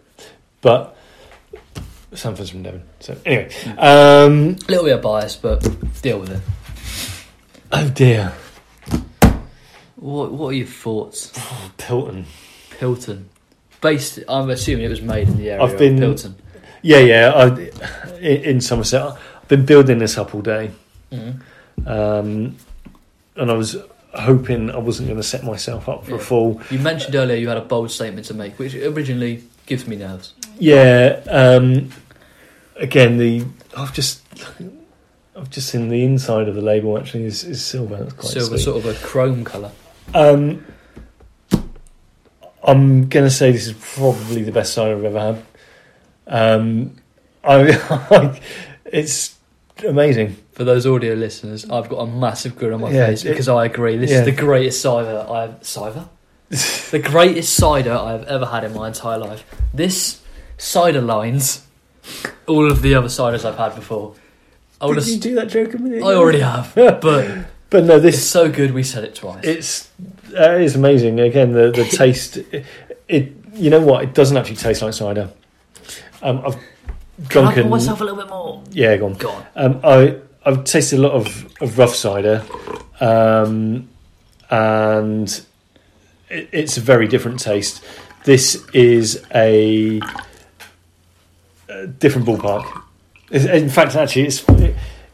Speaker 1: but Sanford's from Devon. So anyway, um,
Speaker 2: a little bit of bias, but deal with it.
Speaker 1: oh dear,
Speaker 2: What What are your thoughts,
Speaker 1: Pilton.
Speaker 2: Pilton? Based, I'm assuming it was made in the area.
Speaker 1: I've been-
Speaker 2: of Pilton.
Speaker 1: Yeah, yeah. I, in, in Somerset, I've been building this up all day,
Speaker 2: Mm-hmm.
Speaker 1: um, and I was hoping I wasn't going to set myself up for a
Speaker 2: Yeah.
Speaker 1: fall.
Speaker 2: You mentioned earlier you had a bold statement to make, which originally gives me nerves.
Speaker 1: Yeah. Um, again, the I've just I've just seen the inside of the label. Actually, is, is silver. That's quite
Speaker 2: Silver,
Speaker 1: sweet.
Speaker 2: sort of a chrome colour.
Speaker 1: Um, I'm gonna say this is probably the best cider I've ever had. Um, I, it's amazing.
Speaker 2: For those audio listeners, I've got a massive grin on my
Speaker 1: Yeah,
Speaker 2: face
Speaker 1: it-
Speaker 2: because I agree. This
Speaker 1: yeah.
Speaker 2: is the greatest cider I've cider, the greatest cider I've ever had in my entire life. This cider lines all of the other ciders I've had before. I would
Speaker 1: Did
Speaker 2: have.
Speaker 1: you do that joke a minute?
Speaker 2: I
Speaker 1: ago?
Speaker 2: already have, but
Speaker 1: But no,
Speaker 2: it's
Speaker 1: this
Speaker 2: so good we said it twice.
Speaker 1: it's uh, it's amazing. Again, the the taste. It, you know what? It doesn't actually taste like cider. Um, I've
Speaker 2: Can I
Speaker 1: drunken.
Speaker 2: pour myself a little bit more?
Speaker 1: Yeah, go on.
Speaker 2: Go on.
Speaker 1: Um, I I've tasted a lot of, of rough cider, um, and it, it's a very different taste. This is a, a different ballpark. It's- in fact, actually, it's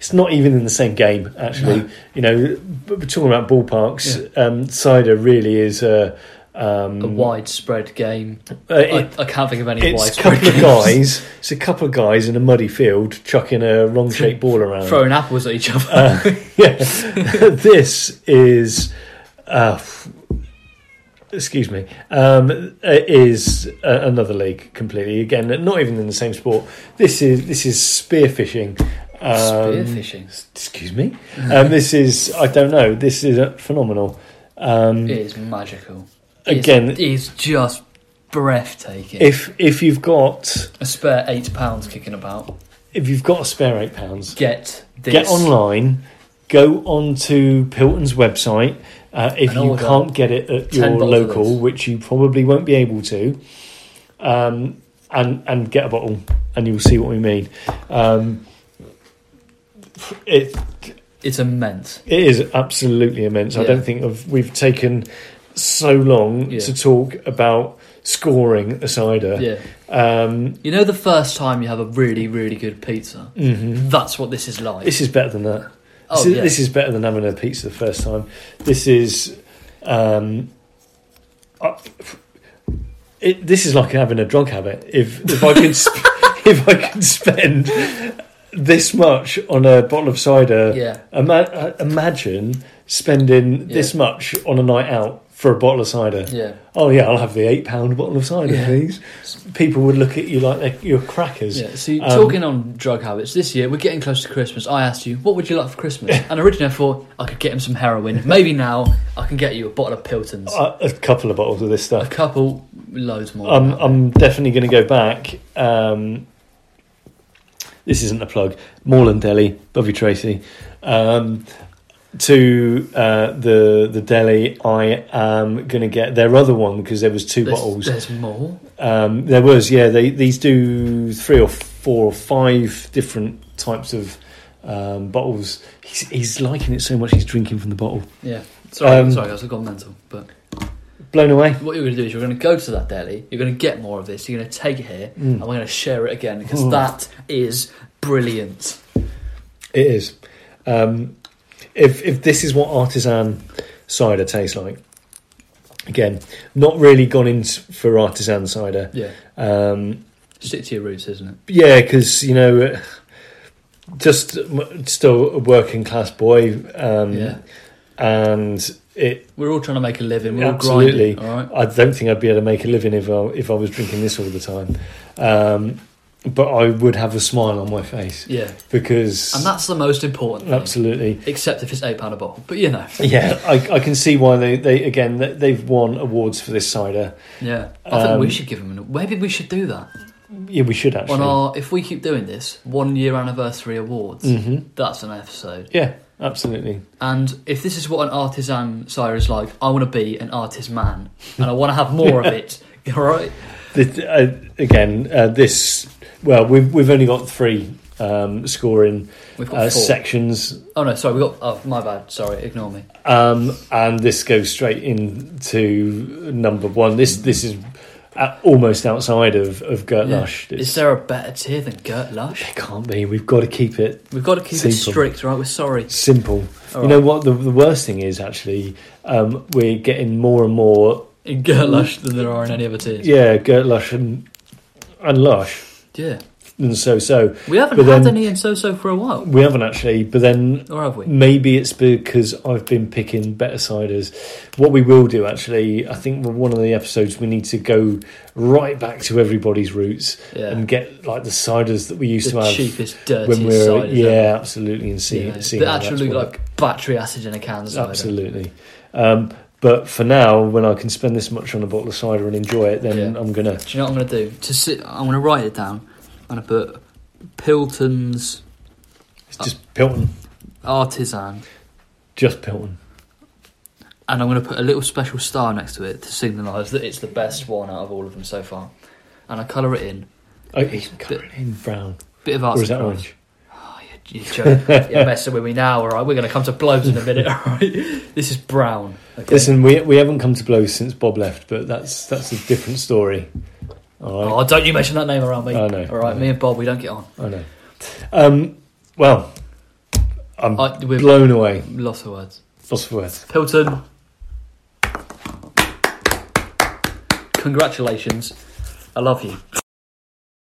Speaker 1: it's not even in the same game. Actually, you know, b- we're talking about ballparks. Um, cider really is a um,
Speaker 2: A widespread game.
Speaker 1: uh, it-
Speaker 2: I, I can't think of any
Speaker 1: it's a
Speaker 2: widespread
Speaker 1: couple of
Speaker 2: games.
Speaker 1: guys. It's a couple of guys in a muddy field chucking a wrong-shaped ball around.
Speaker 2: throwing apples at each other.
Speaker 1: Uh, yeah. this is, uh, f- excuse me, um, it is uh, another league completely. Again, not even in the same sport. This is this is spearfishing. Um,
Speaker 2: Spearfishing.
Speaker 1: s- Excuse me. Um, this is I don't know. This is uh, phenomenal. Um,
Speaker 2: It is magical.
Speaker 1: Again-
Speaker 2: it's, it's just breathtaking.
Speaker 1: if if you've got
Speaker 2: a spare eight pounds kicking about,
Speaker 1: if you've got a spare eight pounds,
Speaker 2: get this.
Speaker 1: get online. Go onto Pilton's website. Uh, if
Speaker 2: And
Speaker 1: you
Speaker 2: order
Speaker 1: can't get it at
Speaker 2: 10
Speaker 1: your
Speaker 2: bottles of
Speaker 1: local,
Speaker 2: those.
Speaker 1: which you probably won't be able to, um, and and get a bottle, and you'll see what we mean. Um, it
Speaker 2: It's immense.
Speaker 1: it is absolutely immense. I
Speaker 2: Yeah.
Speaker 1: don't think of, we've taken so long
Speaker 2: Yeah.
Speaker 1: to talk about scoring a cider.
Speaker 2: Yeah.
Speaker 1: Um,
Speaker 2: You know the first time you have a really, really good pizza?
Speaker 1: mhm.
Speaker 2: That's what this is like.
Speaker 1: This is better than that.
Speaker 2: oh,
Speaker 1: this, is,
Speaker 2: yeah.
Speaker 1: this is better than having a pizza the first time. This is, um, I- it, this is like having a drug habit. If if I could, sp- if I could spend this much on a bottle of cider,
Speaker 2: yeah.
Speaker 1: ima- uh, imagine spending this much on a night out for a bottle of cider.
Speaker 2: Yeah.
Speaker 1: Oh yeah, I'll have the eight pound bottle of cider,
Speaker 2: Yeah.
Speaker 1: please. People would look at you like they're- you're crackers.
Speaker 2: Yeah, see,
Speaker 1: Um,
Speaker 2: talking on drug habits, this year we're getting close to Christmas. I asked you, what would you like for Christmas? And originally I thought I could get him some heroin. Maybe now I can get you a bottle of Piltons.
Speaker 1: A, Uh, a couple of bottles of this
Speaker 2: a
Speaker 1: stuff.
Speaker 2: couple, loads more.
Speaker 1: I'm, I'm definitely going to go back. Um, this isn't a plug. Moreland Deli, Bobby Tracy. Um, to uh, the the deli, I am going to get their other one because there was two
Speaker 2: there's,
Speaker 1: bottles.
Speaker 2: there's more.
Speaker 1: Um, there was, yeah. They these do three or four or five different types of um, bottles. He's, he's liking it so much. He's drinking from the bottle.
Speaker 2: Yeah. Sorry,
Speaker 1: Um,
Speaker 2: sorry, I was gone mental. But
Speaker 1: Blown away.
Speaker 2: what you're going to do is you're going to go to that deli, you're going to get more of this, you're going to take it here, and
Speaker 1: Mm.
Speaker 2: we're going to share it again because
Speaker 1: Oh.
Speaker 2: that is brilliant.
Speaker 1: It is. Um, if if this is what artisan cider tastes like, again, not really gone in s- for artisan cider.
Speaker 2: Yeah.
Speaker 1: Um,
Speaker 2: Stick to your roots, isn't it?
Speaker 1: yeah, because you know, uh, just m- still a working class boy, um,
Speaker 2: Yeah.
Speaker 1: and it.
Speaker 2: We're all trying to make a living. We're all
Speaker 1: Absolutely.
Speaker 2: grinding. All right.
Speaker 1: I don't think I'd be able to make a living if I if I was drinking this all the time. Um, but I would have a smile on my face
Speaker 2: Yeah.
Speaker 1: because
Speaker 2: And that's the most important. Thing,
Speaker 1: absolutely.
Speaker 2: except if it's eight pound a bottle. But you know.
Speaker 1: Yeah, I, I can see why they, they again they- they've won awards for this uh, cider.
Speaker 2: Yeah. I think we
Speaker 1: Um,
Speaker 2: should give them. An, maybe we should do that
Speaker 1: Yeah, we should actually.
Speaker 2: on our. If we keep doing this, one year anniversary awards.
Speaker 1: hmm
Speaker 2: That's an episode.
Speaker 1: Yeah, absolutely.
Speaker 2: And if this is what an artisan sire is like, I want to be an artist man, and I want to have more of it. All right.
Speaker 1: The, uh, again, uh, this well, we've we've only got three um, scoring
Speaker 2: We've got
Speaker 1: uh,
Speaker 2: four.
Speaker 1: sections,
Speaker 2: oh no, sorry. We got. Oh, my bad. Sorry. Ignore me.
Speaker 1: um, and this goes straight into number one. This this is uh, almost outside of of Gert
Speaker 2: Yeah.
Speaker 1: Lush.
Speaker 2: Is there a better tier than Gert Lush?
Speaker 1: it can't be. We've got to keep it
Speaker 2: We've got to keep it
Speaker 1: Simple.
Speaker 2: strict, right? We're sorry.
Speaker 1: simple.
Speaker 2: All
Speaker 1: you know what? The, the worst thing is actually um, we're getting more and more
Speaker 2: In Gert Lush than there are in any other tiers.
Speaker 1: yeah Gert Lush and and Lush
Speaker 2: Yeah.
Speaker 1: and so so.
Speaker 2: We haven't
Speaker 1: But
Speaker 2: had
Speaker 1: then-
Speaker 2: any in So So for a while,
Speaker 1: We haven't actually, but then
Speaker 2: or have we?
Speaker 1: Maybe it's because I've been picking better ciders. What we will do, actually, I think with one of the episodes we need to go right back to everybody's roots
Speaker 2: Yeah.
Speaker 1: and get like the ciders that we used to
Speaker 2: the
Speaker 1: have
Speaker 2: cheapest, dirtiest
Speaker 1: when we were,
Speaker 2: cider.
Speaker 1: yeah, absolutely, and see, see
Speaker 2: the
Speaker 1: how
Speaker 2: actual
Speaker 1: that's
Speaker 2: look
Speaker 1: worked.
Speaker 2: like battery acid in a can of cider.
Speaker 1: absolutely. Um, but for now, when I can spend this much on a bottle of cider and enjoy it, then
Speaker 2: Yeah.
Speaker 1: I'm gonna.
Speaker 2: Do you know what I'm going to do? To sit, I'm going to write it down. I'm going to put Pilton's
Speaker 1: It's just Pilton,
Speaker 2: Artisan,
Speaker 1: just Pilton.
Speaker 2: and I'm going to put a little special star next to it to signalise that it's the best one out of all of them so far. And I colour it in.
Speaker 1: Oh, he's coloured in brown,
Speaker 2: Bit of art.
Speaker 1: or is that orange?
Speaker 2: Oh, you're, you're, joking. you're messing with me now, all right? We're going to come to blows in a minute, all right? This is brown. Okay?
Speaker 1: Listen, we we haven't come to blows since Bob left, but that's that's a different story. All right,
Speaker 2: Oh, don't you mention that name around me.
Speaker 1: I know,
Speaker 2: All right,
Speaker 1: I know.
Speaker 2: me and Bob, we don't get on.
Speaker 1: I know. Um, well, I'm
Speaker 2: I, we've
Speaker 1: blown away.
Speaker 2: lots of words.
Speaker 1: Lots of words.
Speaker 2: Pilton, congratulations. I love you.